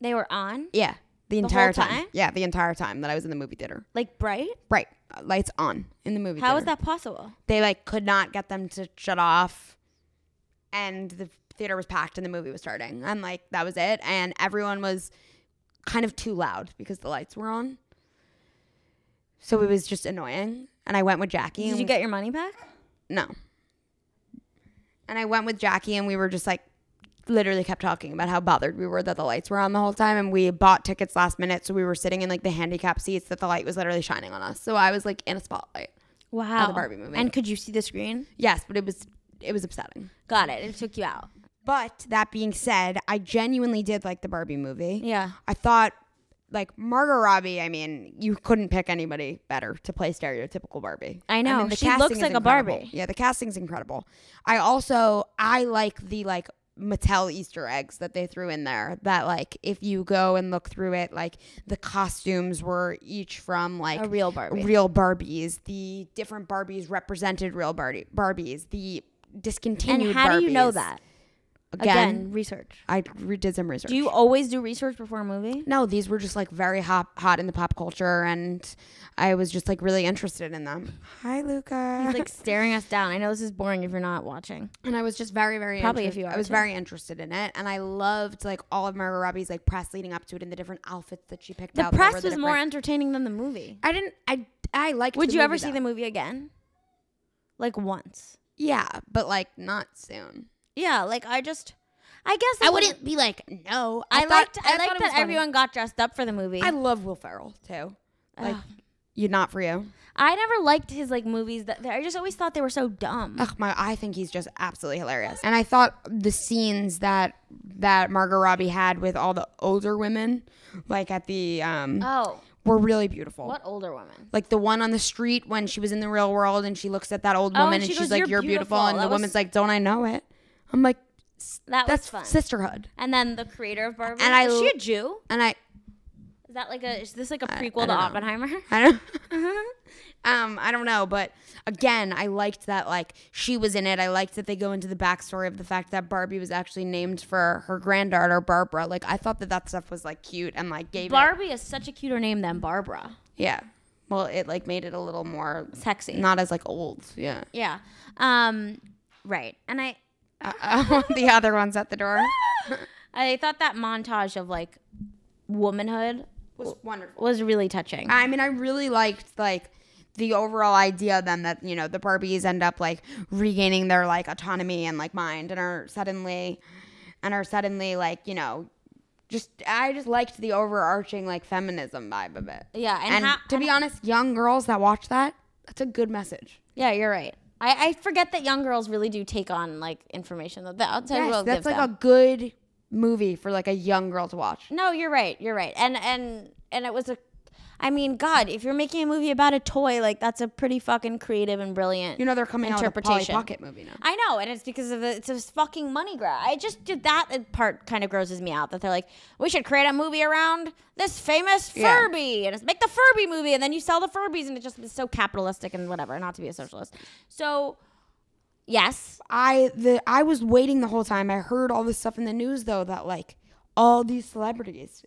[SPEAKER 2] They were on
[SPEAKER 3] yeah, the
[SPEAKER 2] whole
[SPEAKER 3] entire time.
[SPEAKER 2] time?
[SPEAKER 3] Yeah, the entire time that I was in the movie theater.
[SPEAKER 2] like bright.
[SPEAKER 3] Right. uh, Lights on in the movie
[SPEAKER 2] How
[SPEAKER 3] theater.
[SPEAKER 2] is that possible?
[SPEAKER 3] They like could not get them to shut off. And the theater was packed and the movie was starting. And like that was it. And everyone was kind of too loud because the lights were on. So it was just annoying. And I went with Jackie.
[SPEAKER 2] Did
[SPEAKER 3] and
[SPEAKER 2] you get your money back?
[SPEAKER 3] No. And I went with Jackie and we were just like literally kept talking about how bothered we were that the lights were on the whole time and we bought tickets last minute so we were sitting in like the handicap seats that the light was literally shining on us. So I was like in a spotlight.
[SPEAKER 2] Wow.
[SPEAKER 3] the Barbie movie.
[SPEAKER 2] And could you see the screen?
[SPEAKER 3] Yes, but it was it was upsetting.
[SPEAKER 2] Got it. It took you out.
[SPEAKER 3] But that being said, I genuinely did like the Barbie movie.
[SPEAKER 2] Yeah.
[SPEAKER 3] I thought like Margot Robbie, I mean, you couldn't pick anybody better to play stereotypical Barbie.
[SPEAKER 2] I know.
[SPEAKER 3] mean,
[SPEAKER 2] She looks
[SPEAKER 3] casting is
[SPEAKER 2] like a
[SPEAKER 3] incredible.
[SPEAKER 2] Barbie.
[SPEAKER 3] Yeah, the casting's incredible. I also I like the like Mattel Easter eggs that they threw in there. That like if you go and look through it, like the costumes were each from like
[SPEAKER 2] A real Barbie.
[SPEAKER 3] real Barbies. The different Barbies represented real Barbie Barbies. The
[SPEAKER 2] And
[SPEAKER 3] discontinued.
[SPEAKER 2] how do you know
[SPEAKER 3] Barbies.
[SPEAKER 2] that?
[SPEAKER 3] Again,
[SPEAKER 2] Again, research.
[SPEAKER 3] I re- did some research.
[SPEAKER 2] Do you always do research before a movie?
[SPEAKER 3] No, these were just like very hot, hot in the pop culture, and I was just like really interested in them. Hi, Luca.
[SPEAKER 2] He's like staring us down. I know this is boring if you're not watching.
[SPEAKER 3] and I was just very, very
[SPEAKER 2] Probably
[SPEAKER 3] interest-
[SPEAKER 2] if you
[SPEAKER 3] I
[SPEAKER 2] are,
[SPEAKER 3] was
[SPEAKER 2] too.
[SPEAKER 3] very interested in it, and I loved like all of Margot Robbie's like press leading up to it and the different outfits that she picked
[SPEAKER 2] The
[SPEAKER 3] out. that
[SPEAKER 2] press
[SPEAKER 3] were
[SPEAKER 2] was
[SPEAKER 3] the
[SPEAKER 2] more
[SPEAKER 3] different-
[SPEAKER 2] entertaining than the movie.
[SPEAKER 3] I didn't. I I liked.
[SPEAKER 2] Would
[SPEAKER 3] the
[SPEAKER 2] you
[SPEAKER 3] movie,
[SPEAKER 2] ever see
[SPEAKER 3] though.
[SPEAKER 2] the movie again? Like once.
[SPEAKER 3] Yeah, but like not soon.
[SPEAKER 2] Yeah, like I just I guess
[SPEAKER 3] I wouldn't be like no.
[SPEAKER 2] I,
[SPEAKER 3] thought-
[SPEAKER 2] liked I,
[SPEAKER 3] thought
[SPEAKER 2] liked
[SPEAKER 3] it was
[SPEAKER 2] that
[SPEAKER 3] funny.
[SPEAKER 2] everyone got dressed up for the movie.
[SPEAKER 3] I
[SPEAKER 2] I,
[SPEAKER 3] love Will Ferrell too. Like you, not for you.
[SPEAKER 2] never liked his like movies that I just always thought they were so dumb.
[SPEAKER 3] Ugh, my, I think he's just absolutely hilarious. And I thought the scenes that that Margot Robbie had with all the older women, like at the um,
[SPEAKER 2] Oh,
[SPEAKER 3] were really beautiful.
[SPEAKER 2] what older woman?
[SPEAKER 3] Like the one on the street when she was in the real world and she looks at that old
[SPEAKER 2] Oh,
[SPEAKER 3] woman
[SPEAKER 2] and
[SPEAKER 3] and
[SPEAKER 2] she
[SPEAKER 3] she's
[SPEAKER 2] goes,
[SPEAKER 3] like,
[SPEAKER 2] "You're
[SPEAKER 3] "You're beautiful,"
[SPEAKER 2] beautiful.
[SPEAKER 3] and
[SPEAKER 2] That
[SPEAKER 3] the
[SPEAKER 2] was-
[SPEAKER 3] woman's like, "Don't I know it?" I'm like, "S-
[SPEAKER 2] That was
[SPEAKER 3] "That's
[SPEAKER 2] fun.
[SPEAKER 3] sisterhood."
[SPEAKER 2] And then the creator of Barbie.
[SPEAKER 3] And I
[SPEAKER 2] is she
[SPEAKER 3] l-
[SPEAKER 2] a Jew?
[SPEAKER 3] And I,
[SPEAKER 2] Is that like a is this like a
[SPEAKER 3] I
[SPEAKER 2] prequel
[SPEAKER 3] don't
[SPEAKER 2] to
[SPEAKER 3] know.
[SPEAKER 2] Oppenheimer?
[SPEAKER 3] I don't. Um, I don't know, but again, I liked that like she was in it. I liked that they go into the backstory of the fact that Barbie was actually named for her granddaughter Barbara. Like I thought that that stuff was like cute and like gave it,
[SPEAKER 2] Barbie is such a cuter name than Barbara.
[SPEAKER 3] yeah. Well, it like made it a little more
[SPEAKER 2] Sexy.
[SPEAKER 3] not as like old. Yeah,
[SPEAKER 2] Yeah. Um right. And I
[SPEAKER 3] uh, the other ones at the door
[SPEAKER 2] I thought that montage of like womanhood
[SPEAKER 3] was wonderful.
[SPEAKER 2] was really touching.
[SPEAKER 3] I mean, I really liked like the overall idea then that you know the Barbies end up like regaining their like autonomy and like mind and are suddenly and are suddenly like you know just I just liked the overarching like feminism vibe of it.
[SPEAKER 2] yeah, and,
[SPEAKER 3] And,
[SPEAKER 2] ha-
[SPEAKER 3] to be honest, young girls that watch that, that's a good message.
[SPEAKER 2] yeah, you're right. I, I forget that young girls really do take on like information that the outside
[SPEAKER 3] Yes,
[SPEAKER 2] world
[SPEAKER 3] that's
[SPEAKER 2] gives
[SPEAKER 3] like
[SPEAKER 2] them.
[SPEAKER 3] a good movie for like a young girl to watch.
[SPEAKER 2] no, you're right. You're right. And and and it was a, I mean, God, if you're making a movie about a toy, like that's a pretty fucking creative and brilliant.
[SPEAKER 3] You know they're coming out with a Polly
[SPEAKER 2] Interpretation.
[SPEAKER 3] Pocket movie now.
[SPEAKER 2] I know, and it's because of the, it's a fucking money grab. I just did that uh, part kind of grosses me out that they're like, we should create a movie around this famous
[SPEAKER 3] Yeah.
[SPEAKER 2] Furby and it's make the Furby movie, and then you sell the Furbies, and it just is so capitalistic and whatever. Not to be a socialist, so yes,
[SPEAKER 3] I the I was waiting the whole time. I heard all this stuff in the news though that like all these celebrities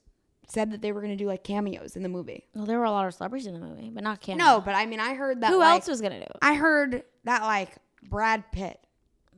[SPEAKER 3] said that they were going to do like cameos in the movie.
[SPEAKER 2] Well, there were a lot of celebrities in the movie, but not Kim.
[SPEAKER 3] No, but I mean, I heard that.
[SPEAKER 2] Oh, Who
[SPEAKER 3] like-
[SPEAKER 2] else was gonna do it?
[SPEAKER 3] I heard that like Brad Pitt.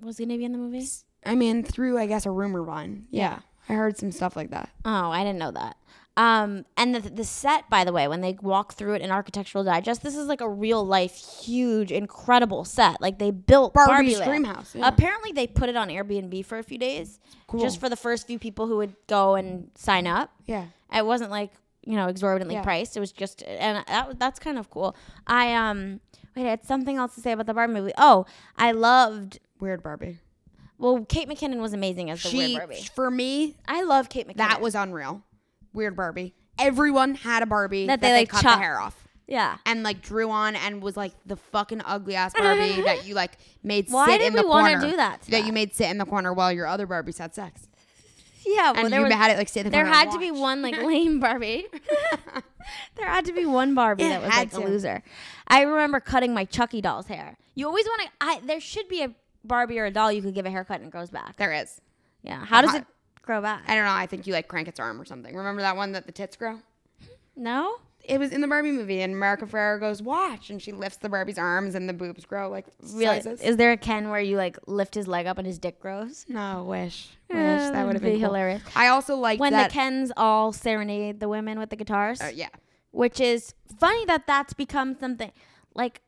[SPEAKER 2] Was gonna be in the movie?
[SPEAKER 3] I mean, through I guess a rumor vine. Yeah, I heard some stuff like that.
[SPEAKER 2] Oh, I didn't know that. Um, and the the set, by the way, when they walk through it in Architectural Digest, this is like a real life, huge, incredible set. Like they built Barbie,
[SPEAKER 3] Barbie's
[SPEAKER 2] Land.
[SPEAKER 3] dream house, yeah.
[SPEAKER 2] Apparently, they put it on Airbnb for a few days, just for the first few people who would go and sign up.
[SPEAKER 3] Yeah.
[SPEAKER 2] It wasn't like you know exorbitantly
[SPEAKER 3] Yeah.
[SPEAKER 2] priced. It was just, and that that's kind of cool. I um wait, I had something else to say about the Barbie movie. Oh, I loved.
[SPEAKER 3] Weird Barbie.
[SPEAKER 2] Well, Kate McKinnon was amazing as the
[SPEAKER 3] She
[SPEAKER 2] weird Barbie.
[SPEAKER 3] for me
[SPEAKER 2] I love Kate McKinnon.
[SPEAKER 3] that was unreal. Weird Barbie. Everyone had a Barbie
[SPEAKER 2] That
[SPEAKER 3] that
[SPEAKER 2] they,
[SPEAKER 3] they,
[SPEAKER 2] like,
[SPEAKER 3] cut
[SPEAKER 2] chop-
[SPEAKER 3] the hair off
[SPEAKER 2] yeah.
[SPEAKER 3] and like drew on and was like the fucking ugly ass Barbie that you like made
[SPEAKER 2] Why
[SPEAKER 3] sit
[SPEAKER 2] did
[SPEAKER 3] in the
[SPEAKER 2] we wanna
[SPEAKER 3] corner.
[SPEAKER 2] do that to
[SPEAKER 3] That
[SPEAKER 2] that?
[SPEAKER 3] you made sit in the corner while your other Barbies had sex.
[SPEAKER 2] Yeah,
[SPEAKER 3] And
[SPEAKER 2] well, there,
[SPEAKER 3] you
[SPEAKER 2] was-
[SPEAKER 3] had it like sit in the
[SPEAKER 2] there
[SPEAKER 3] corner.
[SPEAKER 2] had to be one like lame Barbie. there had to be one Barbie
[SPEAKER 3] It
[SPEAKER 2] that was like
[SPEAKER 3] had
[SPEAKER 2] a
[SPEAKER 3] to.
[SPEAKER 2] loser. I remember cutting my Chucky doll's hair. You always want to. I there should be a Barbie or a doll you could give a haircut and it grows back.
[SPEAKER 3] There is.
[SPEAKER 2] Yeah, how does
[SPEAKER 3] Hot.
[SPEAKER 2] it grow back?
[SPEAKER 3] I don't know. I think you like crank its arm or something. Remember that one that the tits grow?
[SPEAKER 2] No,
[SPEAKER 3] It was in the Barbie movie, and America Ferrera goes watch, and she lifts the Barbie's arms, and the boobs grow like
[SPEAKER 2] really?
[SPEAKER 3] sizes.
[SPEAKER 2] Is there a Ken where you like lift his leg up and his dick grows?
[SPEAKER 3] no wish, wish
[SPEAKER 2] Yeah,
[SPEAKER 3] that would
[SPEAKER 2] that'd
[SPEAKER 3] have been
[SPEAKER 2] be
[SPEAKER 3] cool.
[SPEAKER 2] hilarious.
[SPEAKER 3] I also like
[SPEAKER 2] When
[SPEAKER 3] that.
[SPEAKER 2] the Kens all serenade the women with the guitars,
[SPEAKER 3] uh, yeah,
[SPEAKER 2] which is funny that that's become something like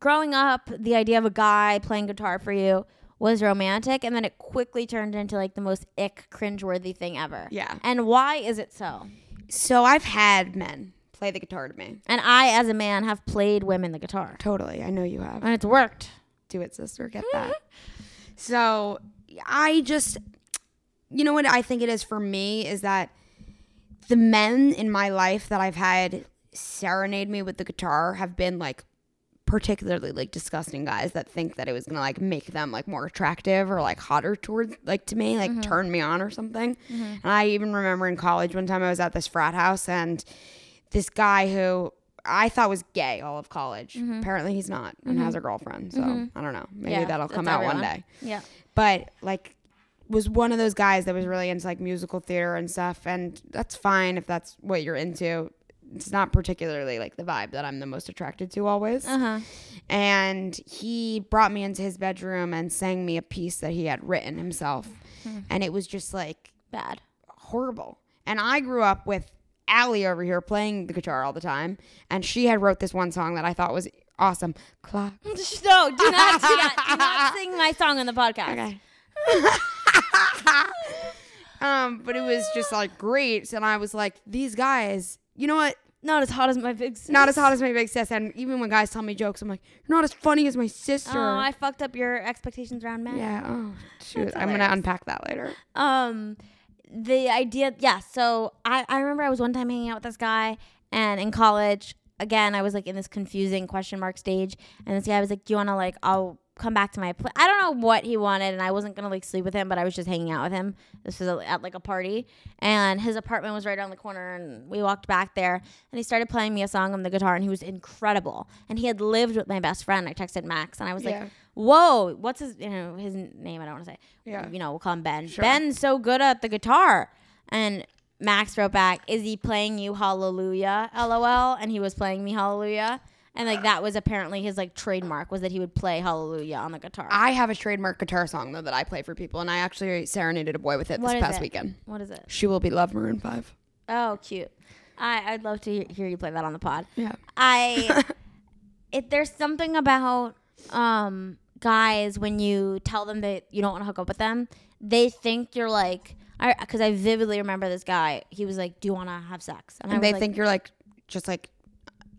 [SPEAKER 2] growing up the idea of a guy playing guitar for you was romantic and then it quickly turned into like the most ick cringeworthy thing ever
[SPEAKER 3] Yeah.
[SPEAKER 2] and why is it so
[SPEAKER 3] so I've had men play the guitar to me.
[SPEAKER 2] and i as a man have played women the guitar
[SPEAKER 3] Totally, I know you have.
[SPEAKER 2] and it's worked
[SPEAKER 3] do it, sister. Get that. so I just, you know what I think it is for me is that the men in my life that I've had serenade me with the guitar have been like particularly like disgusting guys that think that it was gonna like make them like more attractive or like hotter towards like to me
[SPEAKER 2] Mm-hmm.
[SPEAKER 3] like turn me on or something and i even remember in college one time i was at this frat house and this guy who I thought was gay all of college. Apparently he's not and has a girlfriend. So I don't know. Maybe
[SPEAKER 2] Mm-hmm. Yeah,
[SPEAKER 3] that'll
[SPEAKER 2] that's
[SPEAKER 3] come out one
[SPEAKER 2] everyone.
[SPEAKER 3] day.
[SPEAKER 2] yeah
[SPEAKER 3] But like was one of those guys that was really into like musical theater and stuff and that's fine if that's what you're into. It's not particularly like the vibe that I'm the most attracted to always.
[SPEAKER 2] uh-huh
[SPEAKER 3] And he brought me into his bedroom and sang me a piece that he had written himself. And it was just like
[SPEAKER 2] bad
[SPEAKER 3] horrible. And I grew up with Allie over here playing the guitar all the time, and she had wrote this one song that I thought was awesome. Clock.
[SPEAKER 2] no do not do that do not sing my song on the podcast
[SPEAKER 3] Um, but it was just like great, and I was like, these guys, you know what?
[SPEAKER 2] not as hot as my big sis.
[SPEAKER 3] Not as hot as my big sis, and even when guys tell me jokes, I'm like, you're not as funny as my sister.
[SPEAKER 2] oh i fucked up your expectations around men
[SPEAKER 3] yeah. Oh shoot, I'm gonna unpack that later.
[SPEAKER 2] um the idea yeah so I, I remember i was one time hanging out with this guy and in college again i was like in this confusing question mark stage and this guy was like do you want to like i'll come back to my pl-. i don't know what he wanted and i wasn't gonna like sleep with him but i was just hanging out with him this was at like a party and his apartment was right around the corner and we walked back there and he started playing me a song on the guitar and he was incredible and he had lived with my best friend i texted max and i was
[SPEAKER 3] Yeah.
[SPEAKER 2] like whoa what's his you know his name i don't want to say
[SPEAKER 3] Yeah.
[SPEAKER 2] you know we'll call him ben ben's so good at the guitar and max wrote back is he playing you hallelujah lol and he was playing me hallelujah and like that was apparently his like trademark was that he would play hallelujah on the guitar
[SPEAKER 3] I have a trademark guitar song though that I play for people, and I actually serenaded a boy with it
[SPEAKER 2] What
[SPEAKER 3] this
[SPEAKER 2] is
[SPEAKER 3] past
[SPEAKER 2] it?
[SPEAKER 3] weekend.
[SPEAKER 2] what is it
[SPEAKER 3] She will be love Maroon Five.
[SPEAKER 2] oh cute i i'd love to he- hear you play that on the pod
[SPEAKER 3] Yeah.
[SPEAKER 2] I it there's something about um guys when you tell them that you don't want to hook up with them, they think you're like I because I vividly remember this guy. He was like, "Do you want to have sex?" And, I
[SPEAKER 3] and
[SPEAKER 2] was
[SPEAKER 3] they
[SPEAKER 2] like,
[SPEAKER 3] think you're like just like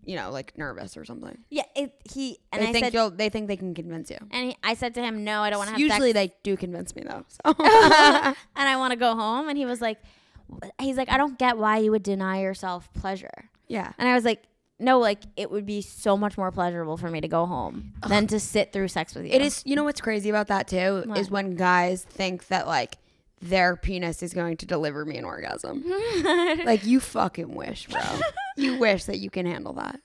[SPEAKER 3] you know like nervous or something
[SPEAKER 2] "Yeah." It, he and
[SPEAKER 3] they
[SPEAKER 2] I
[SPEAKER 3] think
[SPEAKER 2] said,
[SPEAKER 3] you'll they think they can convince you
[SPEAKER 2] and he, I said to him, "No, I don't want to have
[SPEAKER 3] usually
[SPEAKER 2] sex."
[SPEAKER 3] they do convince me though so
[SPEAKER 2] and I want to go home. And he was like, "He's like, I don't get why you would deny yourself pleasure."
[SPEAKER 3] yeah
[SPEAKER 2] And I was like. No, like it would be so much more pleasurable for me to go home than to sit through sex with you.
[SPEAKER 3] it is you know what's crazy about that too is when guys think that like their penis is going to deliver me an orgasm like you fucking wish bro you wish that you can handle that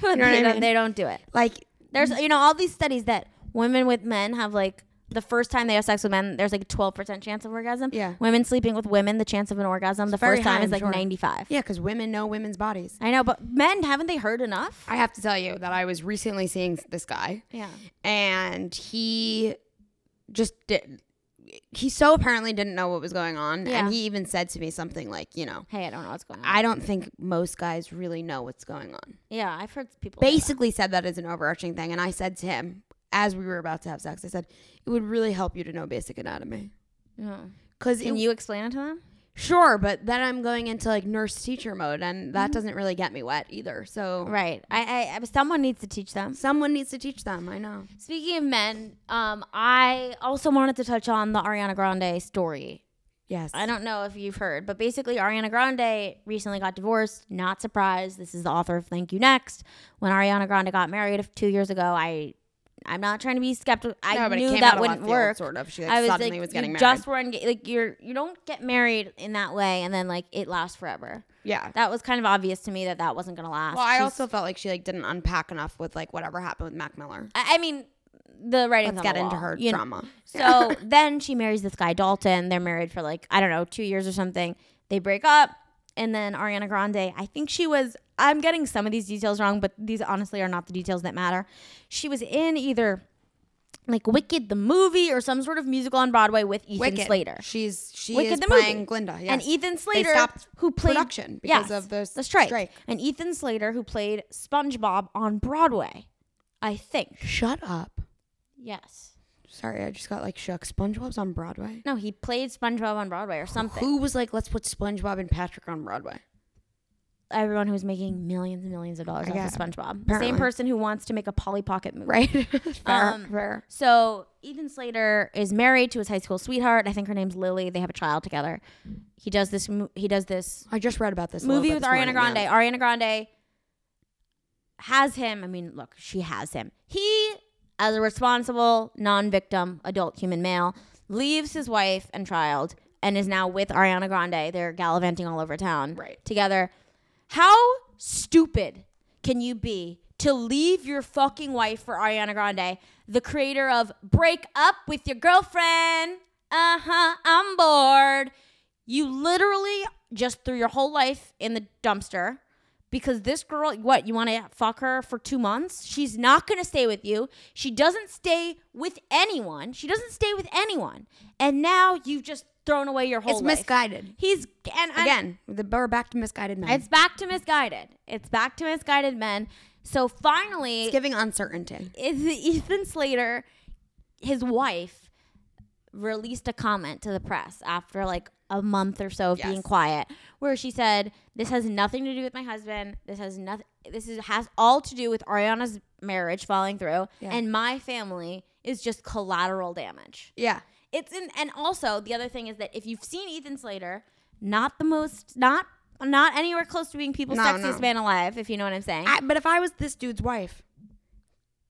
[SPEAKER 2] But
[SPEAKER 3] know what
[SPEAKER 2] they
[SPEAKER 3] I
[SPEAKER 2] don't-
[SPEAKER 3] mean?
[SPEAKER 2] they don't do it.
[SPEAKER 3] like
[SPEAKER 2] There's you know all these studies that women with men have like the first time they have sex with men, there's like a 12% chance of orgasm.
[SPEAKER 3] Yeah.
[SPEAKER 2] Women sleeping with women, the chance of an orgasm the
[SPEAKER 3] very
[SPEAKER 2] first time
[SPEAKER 3] high,
[SPEAKER 2] is
[SPEAKER 3] I'm
[SPEAKER 2] like
[SPEAKER 3] sure.
[SPEAKER 2] 95.
[SPEAKER 3] Yeah, because women know women's bodies.
[SPEAKER 2] I know, but men, haven't they heard enough?
[SPEAKER 3] I have to tell you that I was recently seeing this guy,
[SPEAKER 2] Yeah.
[SPEAKER 3] and he just did. He so apparently didn't know what was going on,
[SPEAKER 2] Yeah.
[SPEAKER 3] and he even said to me something like, "You know,
[SPEAKER 2] Hey, I don't know what's going on.
[SPEAKER 3] I don't think most guys really know what's going on."
[SPEAKER 2] yeah, I've heard people. say that.
[SPEAKER 3] Basically, said that as an overarching thing, and I said to him as we were about to have sex, I said, "It would really help you to know basic anatomy."
[SPEAKER 2] Yeah.
[SPEAKER 3] Because
[SPEAKER 2] Can you explain it to them?
[SPEAKER 3] Sure, but then I'm going into like nurse teacher mode, and that doesn't really get me wet either. So
[SPEAKER 2] Right. I, I, I someone needs to teach them.
[SPEAKER 3] someone needs to teach them. I know.
[SPEAKER 2] Speaking of men, um, I also wanted to touch on the Ariana Grande story.
[SPEAKER 3] Yes,
[SPEAKER 2] I don't know if you've heard, but basically, Ariana Grande recently got divorced. Not surprised. This is the author of Thank You Next. When Ariana Grande got married two years ago, I, I'm not trying to be skeptical. I
[SPEAKER 3] No, but it
[SPEAKER 2] knew
[SPEAKER 3] came out
[SPEAKER 2] that
[SPEAKER 3] of
[SPEAKER 2] wouldn't
[SPEAKER 3] left field,
[SPEAKER 2] work.
[SPEAKER 3] sort of. She, like,
[SPEAKER 2] I was
[SPEAKER 3] suddenly
[SPEAKER 2] like,
[SPEAKER 3] was getting
[SPEAKER 2] you
[SPEAKER 3] married.
[SPEAKER 2] just were enga- like you're you don't get married in that way, and then like it lasts forever.
[SPEAKER 3] Yeah.
[SPEAKER 2] That was kind of obvious to me that that wasn't gonna last.
[SPEAKER 3] well, I
[SPEAKER 2] She's-
[SPEAKER 3] also felt like she like didn't unpack enough with like whatever happened with Mac Miller.
[SPEAKER 2] I I mean, the writing.
[SPEAKER 3] Let's get into her drama.
[SPEAKER 2] So then she marries this guy Dalton. They're married for like I don't know two years or something. They break up, and then Ariana Grande. I think she was. I'm getting some of these details wrong, but these honestly are not the details that matter. She was in either like Wicked the movie or some sort of musical on Broadway with Ethan Slater.
[SPEAKER 3] She's she
[SPEAKER 2] Wicked
[SPEAKER 3] is
[SPEAKER 2] the
[SPEAKER 3] playing
[SPEAKER 2] movie.
[SPEAKER 3] Glinda. Yes.
[SPEAKER 2] And Ethan Slater,
[SPEAKER 3] stopped
[SPEAKER 2] who played
[SPEAKER 3] production
[SPEAKER 2] yes,
[SPEAKER 3] because of the s-
[SPEAKER 2] strike.
[SPEAKER 3] strike.
[SPEAKER 2] and Ethan Slater, who played SpongeBob on Broadway, I think.
[SPEAKER 3] Shut up.
[SPEAKER 2] Yes.
[SPEAKER 3] Sorry, I just got like shook. SpongeBob's on Broadway.
[SPEAKER 2] No, he played SpongeBob on Broadway or something.
[SPEAKER 3] Who was like, let's put SpongeBob and Patrick on Broadway?
[SPEAKER 2] Everyone who's making millions and millions of dollars off
[SPEAKER 3] Yeah,
[SPEAKER 2] of SpongeBob. Same
[SPEAKER 3] apparently.
[SPEAKER 2] person who wants to make a Polly Pocket movie.
[SPEAKER 3] Right. fair,
[SPEAKER 2] Um,
[SPEAKER 3] fair.
[SPEAKER 2] So Ethan Slater is married to his high school sweetheart. I think her name's Lily. They have a child together. He does this. mo- He does this
[SPEAKER 3] I just read about this a little
[SPEAKER 2] movie
[SPEAKER 3] bit
[SPEAKER 2] with
[SPEAKER 3] this
[SPEAKER 2] Ariana
[SPEAKER 3] morning, yeah.
[SPEAKER 2] Grande. Ariana Grande has him. I mean, look, she has him. He, as a responsible, non victim adult human male, leaves his wife and child and is now with Ariana Grande. They're gallivanting all over town
[SPEAKER 3] Right.
[SPEAKER 2] together. How stupid can you be to leave your fucking wife for Ariana Grande, the creator of Break Up with Your Girlfriend? Uh huh, I'm bored. You literally just threw your whole life in the dumpster because this girl, what, you want to fuck her for two months? She's not going to stay with you. She doesn't stay with anyone. She doesn't stay with anyone. And now you've just thrown away your whole
[SPEAKER 3] It's
[SPEAKER 2] life.
[SPEAKER 3] misguided.
[SPEAKER 2] He's, and I'm-
[SPEAKER 3] Again, the, we're back to misguided men.
[SPEAKER 2] it's back to misguided. It's back to misguided men. So finally,
[SPEAKER 3] it's giving uncertainty.
[SPEAKER 2] is Ethan Slater, his wife, released a comment to the press after like a month or so of being
[SPEAKER 3] Yes.
[SPEAKER 2] quiet, where she said, "This has nothing to do with my husband. This has nothing. This is has all to do with Ariana's marriage falling through,
[SPEAKER 3] Yeah.
[SPEAKER 2] and my family is just collateral damage."
[SPEAKER 3] Yeah.
[SPEAKER 2] It's in, and also the other thing is that if you've seen Ethan Slater, not the most, not not anywhere close to being people's
[SPEAKER 3] No,
[SPEAKER 2] sexiest
[SPEAKER 3] no.
[SPEAKER 2] man alive, if you know what I'm saying.
[SPEAKER 3] I, but if I was this dude's wife,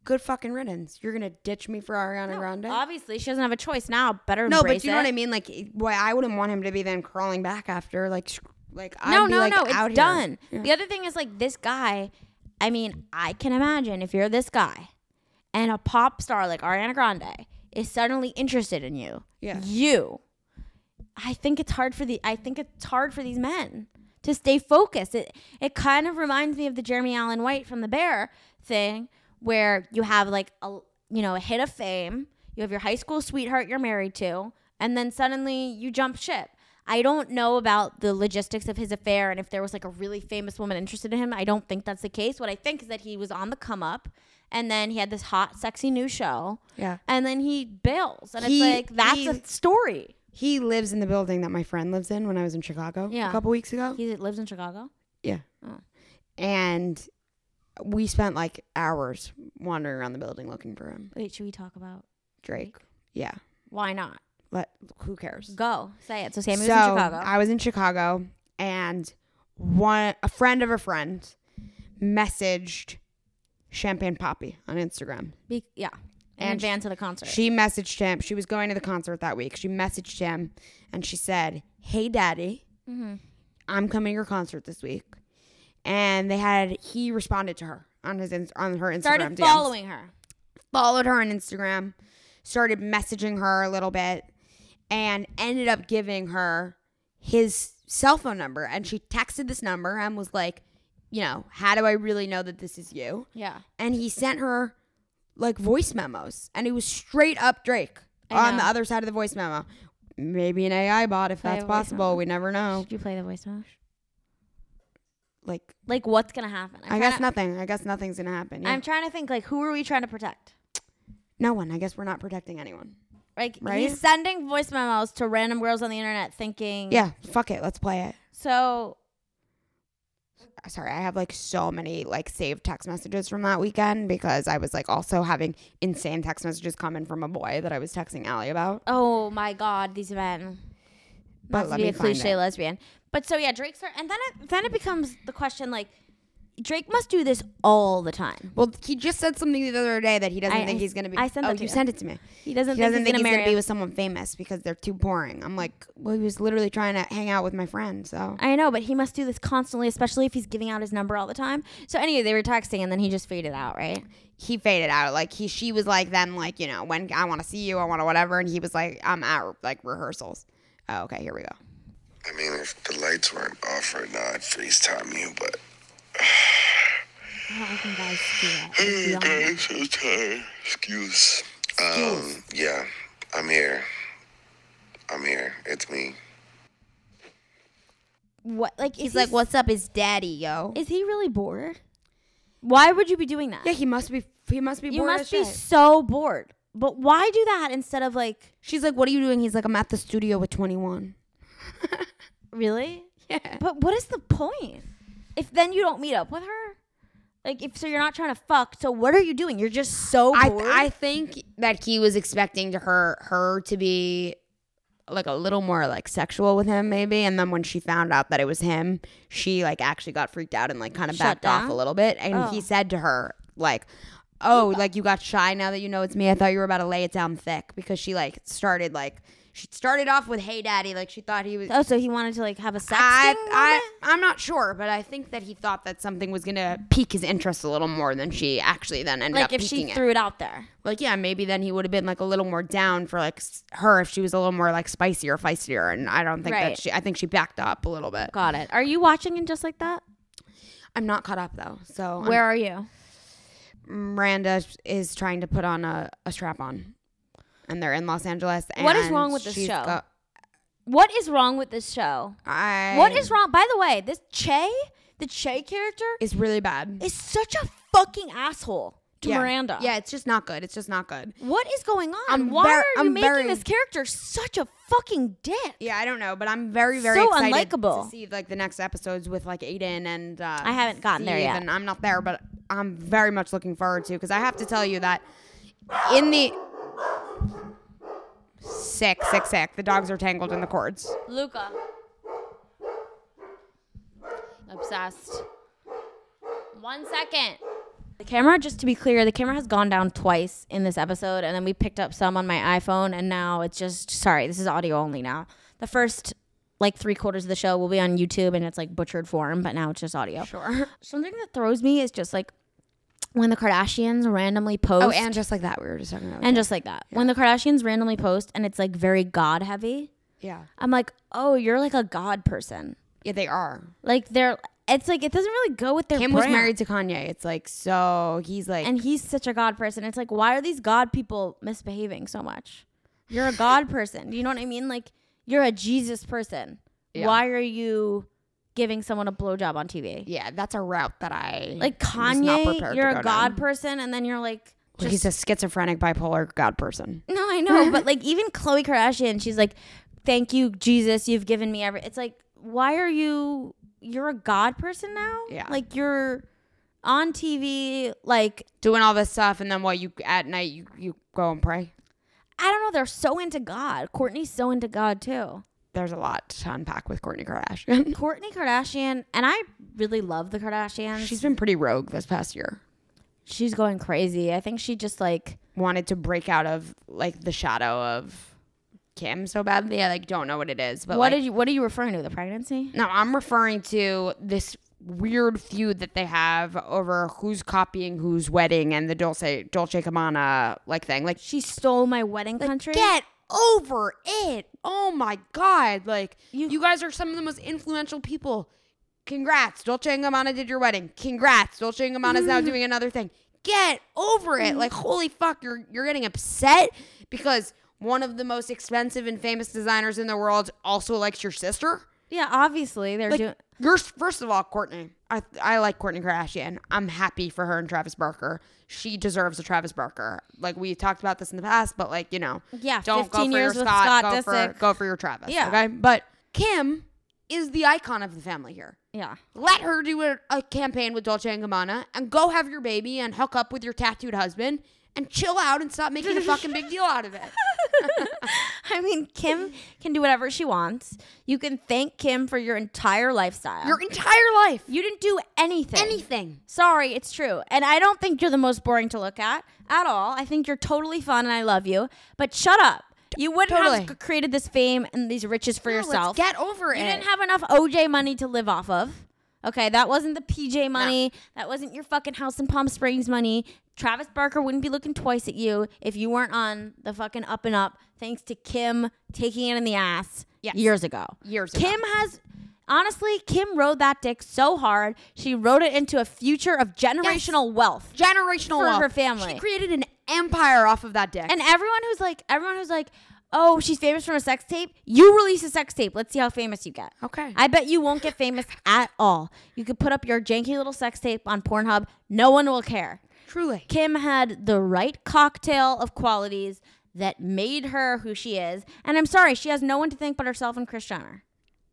[SPEAKER 3] good fucking riddance. You're gonna ditch me for Ariana
[SPEAKER 2] No,
[SPEAKER 3] Grande?
[SPEAKER 2] Obviously, she doesn't have a choice now. Better
[SPEAKER 3] no,
[SPEAKER 2] embrace
[SPEAKER 3] but you know
[SPEAKER 2] it.
[SPEAKER 3] what I mean. Like, e, why I wouldn't want him to be then crawling back after. Like, sh- like I'd
[SPEAKER 2] No,
[SPEAKER 3] be,
[SPEAKER 2] no,
[SPEAKER 3] like,
[SPEAKER 2] no.
[SPEAKER 3] out
[SPEAKER 2] It's
[SPEAKER 3] here.
[SPEAKER 2] done.
[SPEAKER 3] Yeah.
[SPEAKER 2] The other thing is like this guy. I mean, I can imagine if you're this guy, and a pop star like Ariana Grande is suddenly interested in you.
[SPEAKER 3] Yeah.
[SPEAKER 2] You. I think it's hard for the. I think it's hard for these men to stay focused. It it kind of reminds me of the Jeremy Allen White from The Bear thing, where you have like a you know a hit of fame, you have your high school sweetheart you're married to, and then suddenly you jump ship. I don't know about the logistics of his affair and if there was like a really famous woman interested in him. I don't think that's the case. What I think is that he was on the come up and then he had this hot, sexy new show.
[SPEAKER 3] Yeah.
[SPEAKER 2] And then he bails. And
[SPEAKER 3] He-
[SPEAKER 2] it's like, that's
[SPEAKER 3] he-
[SPEAKER 2] a story.
[SPEAKER 3] He lives in the building that my friend lives in when I was in Chicago
[SPEAKER 2] Yeah.
[SPEAKER 3] a couple weeks ago.
[SPEAKER 2] He lives in Chicago.
[SPEAKER 3] yeah.
[SPEAKER 2] Oh.
[SPEAKER 3] And we spent like hours wandering around the building looking for him.
[SPEAKER 2] Wait, should we talk about
[SPEAKER 3] Drake. Yeah.
[SPEAKER 2] why not?
[SPEAKER 3] Let who cares?
[SPEAKER 2] Go say it. So Sammy
[SPEAKER 3] so
[SPEAKER 2] was in Chicago.
[SPEAKER 3] I was in Chicago, and one a friend of a friend messaged Champagne Poppy on Instagram.
[SPEAKER 2] Be- yeah, in
[SPEAKER 3] And
[SPEAKER 2] advance of the concert.
[SPEAKER 3] She messaged him. She was going to the concert that week. She messaged him, and she said, "Hey, Daddy,
[SPEAKER 2] Mm-hmm.
[SPEAKER 3] I'm coming to your concert this week." And they had he responded to her on his in- on her Instagram.
[SPEAKER 2] started
[SPEAKER 3] DMs
[SPEAKER 2] following her.
[SPEAKER 3] followed her on Instagram, started messaging her a little bit and ended up giving her his cell phone number. And she texted this number and was like, you know, how do I really know that this is you?
[SPEAKER 2] Yeah.
[SPEAKER 3] And he sent her like voice memos and it was straight up Drake
[SPEAKER 2] I
[SPEAKER 3] on
[SPEAKER 2] know.
[SPEAKER 3] the other side of the voice memo. Maybe an AI bot if
[SPEAKER 2] Play
[SPEAKER 3] that's
[SPEAKER 2] a voice memo.
[SPEAKER 3] possible. We never know.
[SPEAKER 2] Oh. Should you play the voice memo?
[SPEAKER 3] Like,
[SPEAKER 2] Like what's gonna happen? I'm
[SPEAKER 3] i
[SPEAKER 2] trying
[SPEAKER 3] guess
[SPEAKER 2] to-
[SPEAKER 3] nothing. I guess nothing's going to happen. Yeah.
[SPEAKER 2] I'm trying to think like who are we trying to protect?
[SPEAKER 3] no one. I guess we're not protecting anyone.
[SPEAKER 2] Like
[SPEAKER 3] Right?
[SPEAKER 2] he's sending voice memos to random girls on the internet thinking
[SPEAKER 3] Yeah, fuck it. Let's play it.
[SPEAKER 2] So
[SPEAKER 3] Sorry, I have like so many like saved text messages from that weekend because I was like also having insane text messages come in from a boy that I was texting Allie about.
[SPEAKER 2] oh my god, these men.
[SPEAKER 3] But
[SPEAKER 2] Not
[SPEAKER 3] let
[SPEAKER 2] to be
[SPEAKER 3] me
[SPEAKER 2] a
[SPEAKER 3] find
[SPEAKER 2] cliche
[SPEAKER 3] it.
[SPEAKER 2] lesbian. But so yeah, Drake start and then it then it becomes the question like Drake must do this all the time.
[SPEAKER 3] Well, he just said something the other day that he doesn't
[SPEAKER 2] I-
[SPEAKER 3] think
[SPEAKER 2] I-
[SPEAKER 3] he's gonna be.
[SPEAKER 2] I sent
[SPEAKER 3] oh,
[SPEAKER 2] that to
[SPEAKER 3] you
[SPEAKER 2] you.
[SPEAKER 3] sent it to me.
[SPEAKER 2] He doesn't
[SPEAKER 3] He
[SPEAKER 2] think
[SPEAKER 3] doesn't
[SPEAKER 2] he's
[SPEAKER 3] think
[SPEAKER 2] gonna
[SPEAKER 3] he's
[SPEAKER 2] marry
[SPEAKER 3] gonna be
[SPEAKER 2] him.
[SPEAKER 3] with someone famous because they're too boring. I'm like, well, he was literally trying to hang out with my friend, so
[SPEAKER 2] I know, but he must do this constantly, especially if he's giving out his number all the time. So anyway, they were texting and then he just faded out, right?
[SPEAKER 3] he faded out. Like he, she was like, then like you know, when I want to see you, I want to whatever, and he was like, I'm at like rehearsals. Oh, okay, here we go.
[SPEAKER 4] I mean, if the lights weren't off right now, I'd FaceTime you, but I'm so tired. Excuse. Um, yeah, I'm here. I'm here. It's me.
[SPEAKER 2] What like
[SPEAKER 3] He's like, "What's up, his daddy, yo?"
[SPEAKER 2] Is he really bored? Why would you be doing that?
[SPEAKER 3] Yeah, he must be. He must be.
[SPEAKER 2] you
[SPEAKER 3] bored
[SPEAKER 2] must
[SPEAKER 3] as
[SPEAKER 2] be
[SPEAKER 3] shit.
[SPEAKER 2] so bored. But why do that instead of like
[SPEAKER 3] She's like, "What are you doing?" He's like, "I'm at the studio with 21."
[SPEAKER 2] really?
[SPEAKER 3] Yeah.
[SPEAKER 2] But what is the point? If then you don't meet up with her? Like if so you're not trying to fuck, so what are you doing? You're just so
[SPEAKER 3] I
[SPEAKER 2] bored.
[SPEAKER 3] I think that he was expecting to her her to be like a little more like sexual with him maybe and then when she found out that it was him she like actually got freaked out and like kind of
[SPEAKER 2] Shut
[SPEAKER 3] backed off
[SPEAKER 2] down?
[SPEAKER 3] a little bit and
[SPEAKER 2] Oh.
[SPEAKER 3] he said to her like oh like you got shy now that you know it's me i thought you were about to lay it down thick because she like started like she started off with hey daddy like she thought he was
[SPEAKER 2] oh, so he wanted to like have a sex.
[SPEAKER 3] I, I I'm not sure, but I think that he thought that something was gonna pique his interest a little more than she actually then ended
[SPEAKER 2] like
[SPEAKER 3] up
[SPEAKER 2] if
[SPEAKER 3] piquing
[SPEAKER 2] she
[SPEAKER 3] it.
[SPEAKER 2] threw it out there.
[SPEAKER 3] like yeah, maybe then he would have been like a little more down for like s- her if she was a little more like spicier, feistier, and I don't think
[SPEAKER 2] Right.
[SPEAKER 3] that she. I think she backed up a little bit.
[SPEAKER 2] Got it. Are you watching and just like that?
[SPEAKER 3] I'm not caught up though, so I'm-
[SPEAKER 2] Where are you?
[SPEAKER 3] Miranda is trying to put on a, a strap on, and they're in Los Angeles. And
[SPEAKER 2] What is wrong with this
[SPEAKER 3] she's
[SPEAKER 2] show?
[SPEAKER 3] go-
[SPEAKER 2] What is wrong with this show?
[SPEAKER 3] I
[SPEAKER 2] What is wrong? By the way, this Che, the Che character,
[SPEAKER 3] is really bad
[SPEAKER 2] is such a fucking asshole to
[SPEAKER 3] Yeah.
[SPEAKER 2] Miranda.
[SPEAKER 3] Yeah, it's just not good. It's just not good.
[SPEAKER 2] What is going on?
[SPEAKER 3] I'm
[SPEAKER 2] Why
[SPEAKER 3] ver-
[SPEAKER 2] are you
[SPEAKER 3] I'm
[SPEAKER 2] making
[SPEAKER 3] very-
[SPEAKER 2] this character such a fucking dick?
[SPEAKER 3] Yeah, I don't know, but I'm very, very
[SPEAKER 2] So
[SPEAKER 3] excited
[SPEAKER 2] unlikable.
[SPEAKER 3] to see like the next episodes with like Aiden and uh,
[SPEAKER 2] I haven't gotten there
[SPEAKER 3] Steve,
[SPEAKER 2] yet.
[SPEAKER 3] and I'm not there, but I'm very much looking forward to because I have to tell you that in the sick, sick, sick, the dogs are tangled in the cords.
[SPEAKER 2] Luca. Obsessed. One second. The camera, just to be clear, the camera has gone down twice in this episode, and then we picked up some on my iPhone, and now it's just sorry, this is audio only now. The first like three quarters of the show will be on YouTube and it's like butchered form, but now it's just audio.
[SPEAKER 3] Sure.
[SPEAKER 2] Something that throws me is just like when the Kardashians randomly post
[SPEAKER 3] Oh, and just like that, we were just talking about.
[SPEAKER 2] and just like that. When the Kardashians randomly post and it's like very God heavy,
[SPEAKER 3] yeah,
[SPEAKER 2] I'm like, oh, you're like a God person.
[SPEAKER 3] yeah, they are.
[SPEAKER 2] Like they're, it's like it doesn't really go with their.
[SPEAKER 3] Kim was
[SPEAKER 2] brand.
[SPEAKER 3] married to Kanye. It's like so he's like
[SPEAKER 2] and he's such a God person. It's like, why are these God people misbehaving so much? You're a God person. Do you know what I mean? Like you're a Jesus person.
[SPEAKER 3] Yeah.
[SPEAKER 2] Why are you giving someone a blowjob on TV?
[SPEAKER 3] yeah, that's a route that I
[SPEAKER 2] Like
[SPEAKER 3] was not prepared
[SPEAKER 2] Kanye,
[SPEAKER 3] to
[SPEAKER 2] you're
[SPEAKER 3] go
[SPEAKER 2] a
[SPEAKER 3] down.
[SPEAKER 2] God person, and then you're like.
[SPEAKER 3] Like, he's a schizophrenic bipolar god person.
[SPEAKER 2] No, I know, but like even Khloe Kardashian, she's like, "Thank you, Jesus, you've given me every." It's like, why are you? You're a God person now.
[SPEAKER 3] Yeah.
[SPEAKER 2] like you're on TV. Like
[SPEAKER 3] doing all this stuff and then what you at night you, you go and pray
[SPEAKER 2] I don't know, they're so into God. Courtney's so into God too.
[SPEAKER 3] there's a lot to unpack with Kourtney Kardashian.
[SPEAKER 2] Courtney Kardashian, and I really love the Kardashians.
[SPEAKER 3] She's been pretty rogue this past year.
[SPEAKER 2] she's going crazy. I think she just like
[SPEAKER 3] Wanted to break out of like the shadow of Kim so badly. I like don't know what it is, but
[SPEAKER 2] what
[SPEAKER 3] like,
[SPEAKER 2] did you what are you referring to? The pregnancy?
[SPEAKER 3] no, I'm referring to this weird feud that they have over who's copying whose wedding and the Dolce Dolce Gabbana like thing. Like
[SPEAKER 2] She stole my wedding country.
[SPEAKER 3] Get over it. Oh my god. Like
[SPEAKER 2] You-
[SPEAKER 3] you, guys are some of the most influential people. Congrats. Dolce and Gabbana did your wedding. Congrats. Dolce and Gabbana is now doing another thing. Get over it. Like holy fuck, you're you're getting upset because one of the most expensive and famous designers in the world also likes your sister.
[SPEAKER 2] Yeah, obviously they're
[SPEAKER 3] Like,
[SPEAKER 2] doing.
[SPEAKER 3] you're first of all, Courtney. I I like Courtney Kardashian. I'm happy for her and Travis Barker. She deserves a Travis Barker. Like we talked about this in the past, but like you know,
[SPEAKER 2] Yeah,
[SPEAKER 3] don't go
[SPEAKER 2] 15
[SPEAKER 3] for
[SPEAKER 2] years
[SPEAKER 3] your
[SPEAKER 2] with
[SPEAKER 3] Scott.
[SPEAKER 2] Scott
[SPEAKER 3] go for
[SPEAKER 2] Disick.
[SPEAKER 3] go for your Travis.
[SPEAKER 2] Yeah.
[SPEAKER 3] Okay. But Kim is the icon of the family here.
[SPEAKER 2] Yeah.
[SPEAKER 3] Let her do a, a campaign with Dolce and Gabbana, and go have your baby and hook up with your tattooed husband, and chill out and stop making a fucking big deal out of it.
[SPEAKER 2] I mean, Kim can do whatever she wants. You can thank Kim for your entire lifestyle.
[SPEAKER 3] Your entire life,
[SPEAKER 2] you didn't do anything.
[SPEAKER 3] anything.
[SPEAKER 2] Sorry, it's true. And I don't think you're the most boring to look at at all. I think you're totally fun and I love you. But shut up. You wouldn't
[SPEAKER 3] Totally.
[SPEAKER 2] have c- created this fame and these riches for
[SPEAKER 3] No, let's
[SPEAKER 2] yourself.
[SPEAKER 3] Get over it.
[SPEAKER 2] you didn't have enough OJ money to live off of. Okay, that wasn't the PJ money. That wasn't your fucking house in Palm Springs money. Travis Barker wouldn't be looking twice at you if you weren't on the fucking up and up thanks to Kim taking it in the ass
[SPEAKER 3] Yes.
[SPEAKER 2] years ago.
[SPEAKER 3] Years ago.
[SPEAKER 2] Kim has honestly, Kim rode that dick so hard. She rode it into a future of generational wealth.
[SPEAKER 3] generational
[SPEAKER 2] For
[SPEAKER 3] wealth.
[SPEAKER 2] her family.
[SPEAKER 3] She created an empire off of that dick.
[SPEAKER 2] And everyone who's like, everyone who's like, oh, she's famous from a sex tape. You release a sex tape. Let's see how famous you get.
[SPEAKER 3] Okay.
[SPEAKER 2] I bet you won't get famous at all. You could put up your janky little sex tape on Pornhub. No one will care.
[SPEAKER 3] truly.
[SPEAKER 2] Kim had the right cocktail of qualities that made her who she is. And I'm sorry, she has no one to thank but herself and Kris Jenner.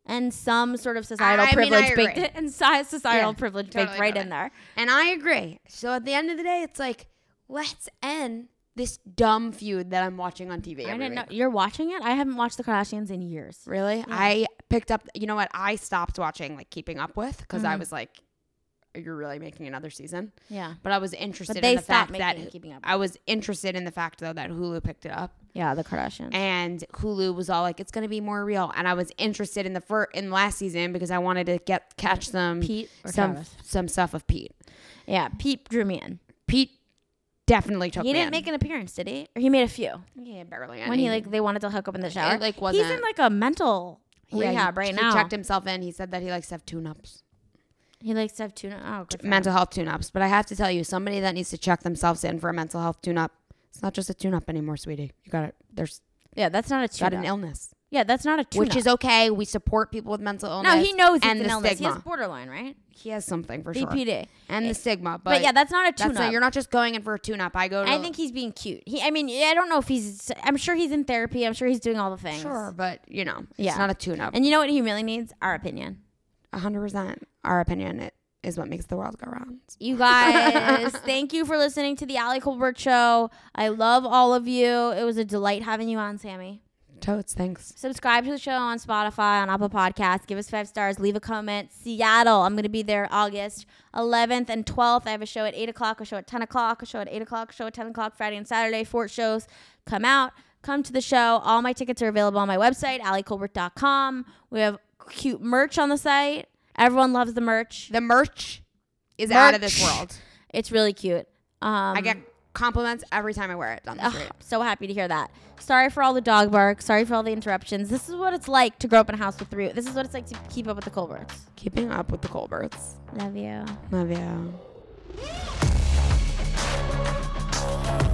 [SPEAKER 2] And some sort of societal
[SPEAKER 3] I mean,
[SPEAKER 2] privilege
[SPEAKER 3] I
[SPEAKER 2] baked
[SPEAKER 3] agree.
[SPEAKER 2] and si- societal
[SPEAKER 3] Yeah,
[SPEAKER 2] privilege baked
[SPEAKER 3] totally
[SPEAKER 2] right
[SPEAKER 3] got
[SPEAKER 2] in
[SPEAKER 3] it.
[SPEAKER 2] there.
[SPEAKER 3] And I agree. So at the end of the day, it's like, let's end this dumb feud that I'm watching on TV.
[SPEAKER 2] I
[SPEAKER 3] every
[SPEAKER 2] didn't know e-,
[SPEAKER 3] week.
[SPEAKER 2] you're watching it. I haven't watched the Kardashians in years.
[SPEAKER 3] Really? I picked up, you know what? I stopped watching, like, keeping up with because
[SPEAKER 2] Mm-hmm.
[SPEAKER 3] I was like, you're really making another season?
[SPEAKER 2] Yeah.
[SPEAKER 3] But I was interested
[SPEAKER 2] they
[SPEAKER 3] in the
[SPEAKER 2] stopped
[SPEAKER 3] fact that
[SPEAKER 2] making Keeping Up.
[SPEAKER 3] I was interested in the fact, though, that Hulu picked it up.
[SPEAKER 2] Yeah, the Kardashians.
[SPEAKER 3] and Hulu was all like, "It's gonna be more real." And I was interested in the fir- in last season because I wanted to get catch some
[SPEAKER 2] Pete or
[SPEAKER 3] some
[SPEAKER 2] Travis?
[SPEAKER 3] some stuff of Pete.
[SPEAKER 2] yeah, Pete drew me in.
[SPEAKER 3] Pete definitely took.
[SPEAKER 2] He
[SPEAKER 3] me
[SPEAKER 2] didn't
[SPEAKER 3] in.
[SPEAKER 2] make an appearance, did he? Or he made a few
[SPEAKER 3] yeah, barely.
[SPEAKER 2] when he like they wanted to hook up in the shower.
[SPEAKER 3] like,
[SPEAKER 2] he's in
[SPEAKER 3] wasn't-
[SPEAKER 2] like a mental rehab right
[SPEAKER 3] he
[SPEAKER 2] now.
[SPEAKER 3] checked himself in. He said that he likes to have tune ups,
[SPEAKER 2] He likes to have tuna. Oh, good for him.
[SPEAKER 3] mental health tune ups. But I have to tell you, somebody that needs to check themselves in for a mental health tune up. It's not just a tune up anymore, sweetie. You got it. There's
[SPEAKER 2] yeah, that's not a
[SPEAKER 3] got
[SPEAKER 2] tuna.
[SPEAKER 3] an illness,
[SPEAKER 2] yeah, that's not a tuna.
[SPEAKER 3] which is okay. We support people with mental illness.
[SPEAKER 2] no, he knows it's
[SPEAKER 3] and
[SPEAKER 2] an
[SPEAKER 3] the
[SPEAKER 2] illness.
[SPEAKER 3] stigma.
[SPEAKER 2] He has borderline, right?
[SPEAKER 3] He has something for sure.
[SPEAKER 2] BPD.
[SPEAKER 3] and the stigma. But,
[SPEAKER 2] But, yeah, that's not a
[SPEAKER 3] that's
[SPEAKER 2] tuna.
[SPEAKER 3] not, you're not just going in for a tune-up. I go. To,
[SPEAKER 2] I think he's being cute. He, I mean, I don't know if he's. I'm sure he's in therapy. I'm sure he's doing all the things.
[SPEAKER 3] sure, but you know,
[SPEAKER 2] Yeah.
[SPEAKER 3] it's not a tune-up.
[SPEAKER 2] And you know what he really needs? Our opinion.
[SPEAKER 3] hundred percent, our opinion it is what makes the world go round.
[SPEAKER 2] You guys, thank you for listening to the Ali Colbert Show. I love all of you. It was a delight having you on, Sammy.
[SPEAKER 3] Toads, thanks.
[SPEAKER 2] Subscribe to the show on Spotify, on Apple Podcasts. Give us five stars. Leave a comment. Seattle. I'm going to be there August 11th and 12th. I have a show at 8 o'clock, a show at 10 o'clock, a show at 8 o'clock, a show at 10 o'clock, Friday and Saturday. Four shows. Come out. Come to the show. All my tickets are available on my website, allycolbert.com. We have cute merch on the site. Everyone loves the merch.
[SPEAKER 3] The merch is out of this
[SPEAKER 2] Merch.
[SPEAKER 3] world.
[SPEAKER 2] It's really cute. Um,
[SPEAKER 3] I get compliments every time I wear it down the
[SPEAKER 2] Ugh,
[SPEAKER 3] street.
[SPEAKER 2] so happy to hear that. Sorry for all the dog bark. Sorry for all the interruptions. This is what it's like to grow up in a house with three. This is what it's like to keep up with the Colberts.
[SPEAKER 3] Keeping up with the Colberts.
[SPEAKER 2] Love you.
[SPEAKER 3] Love you.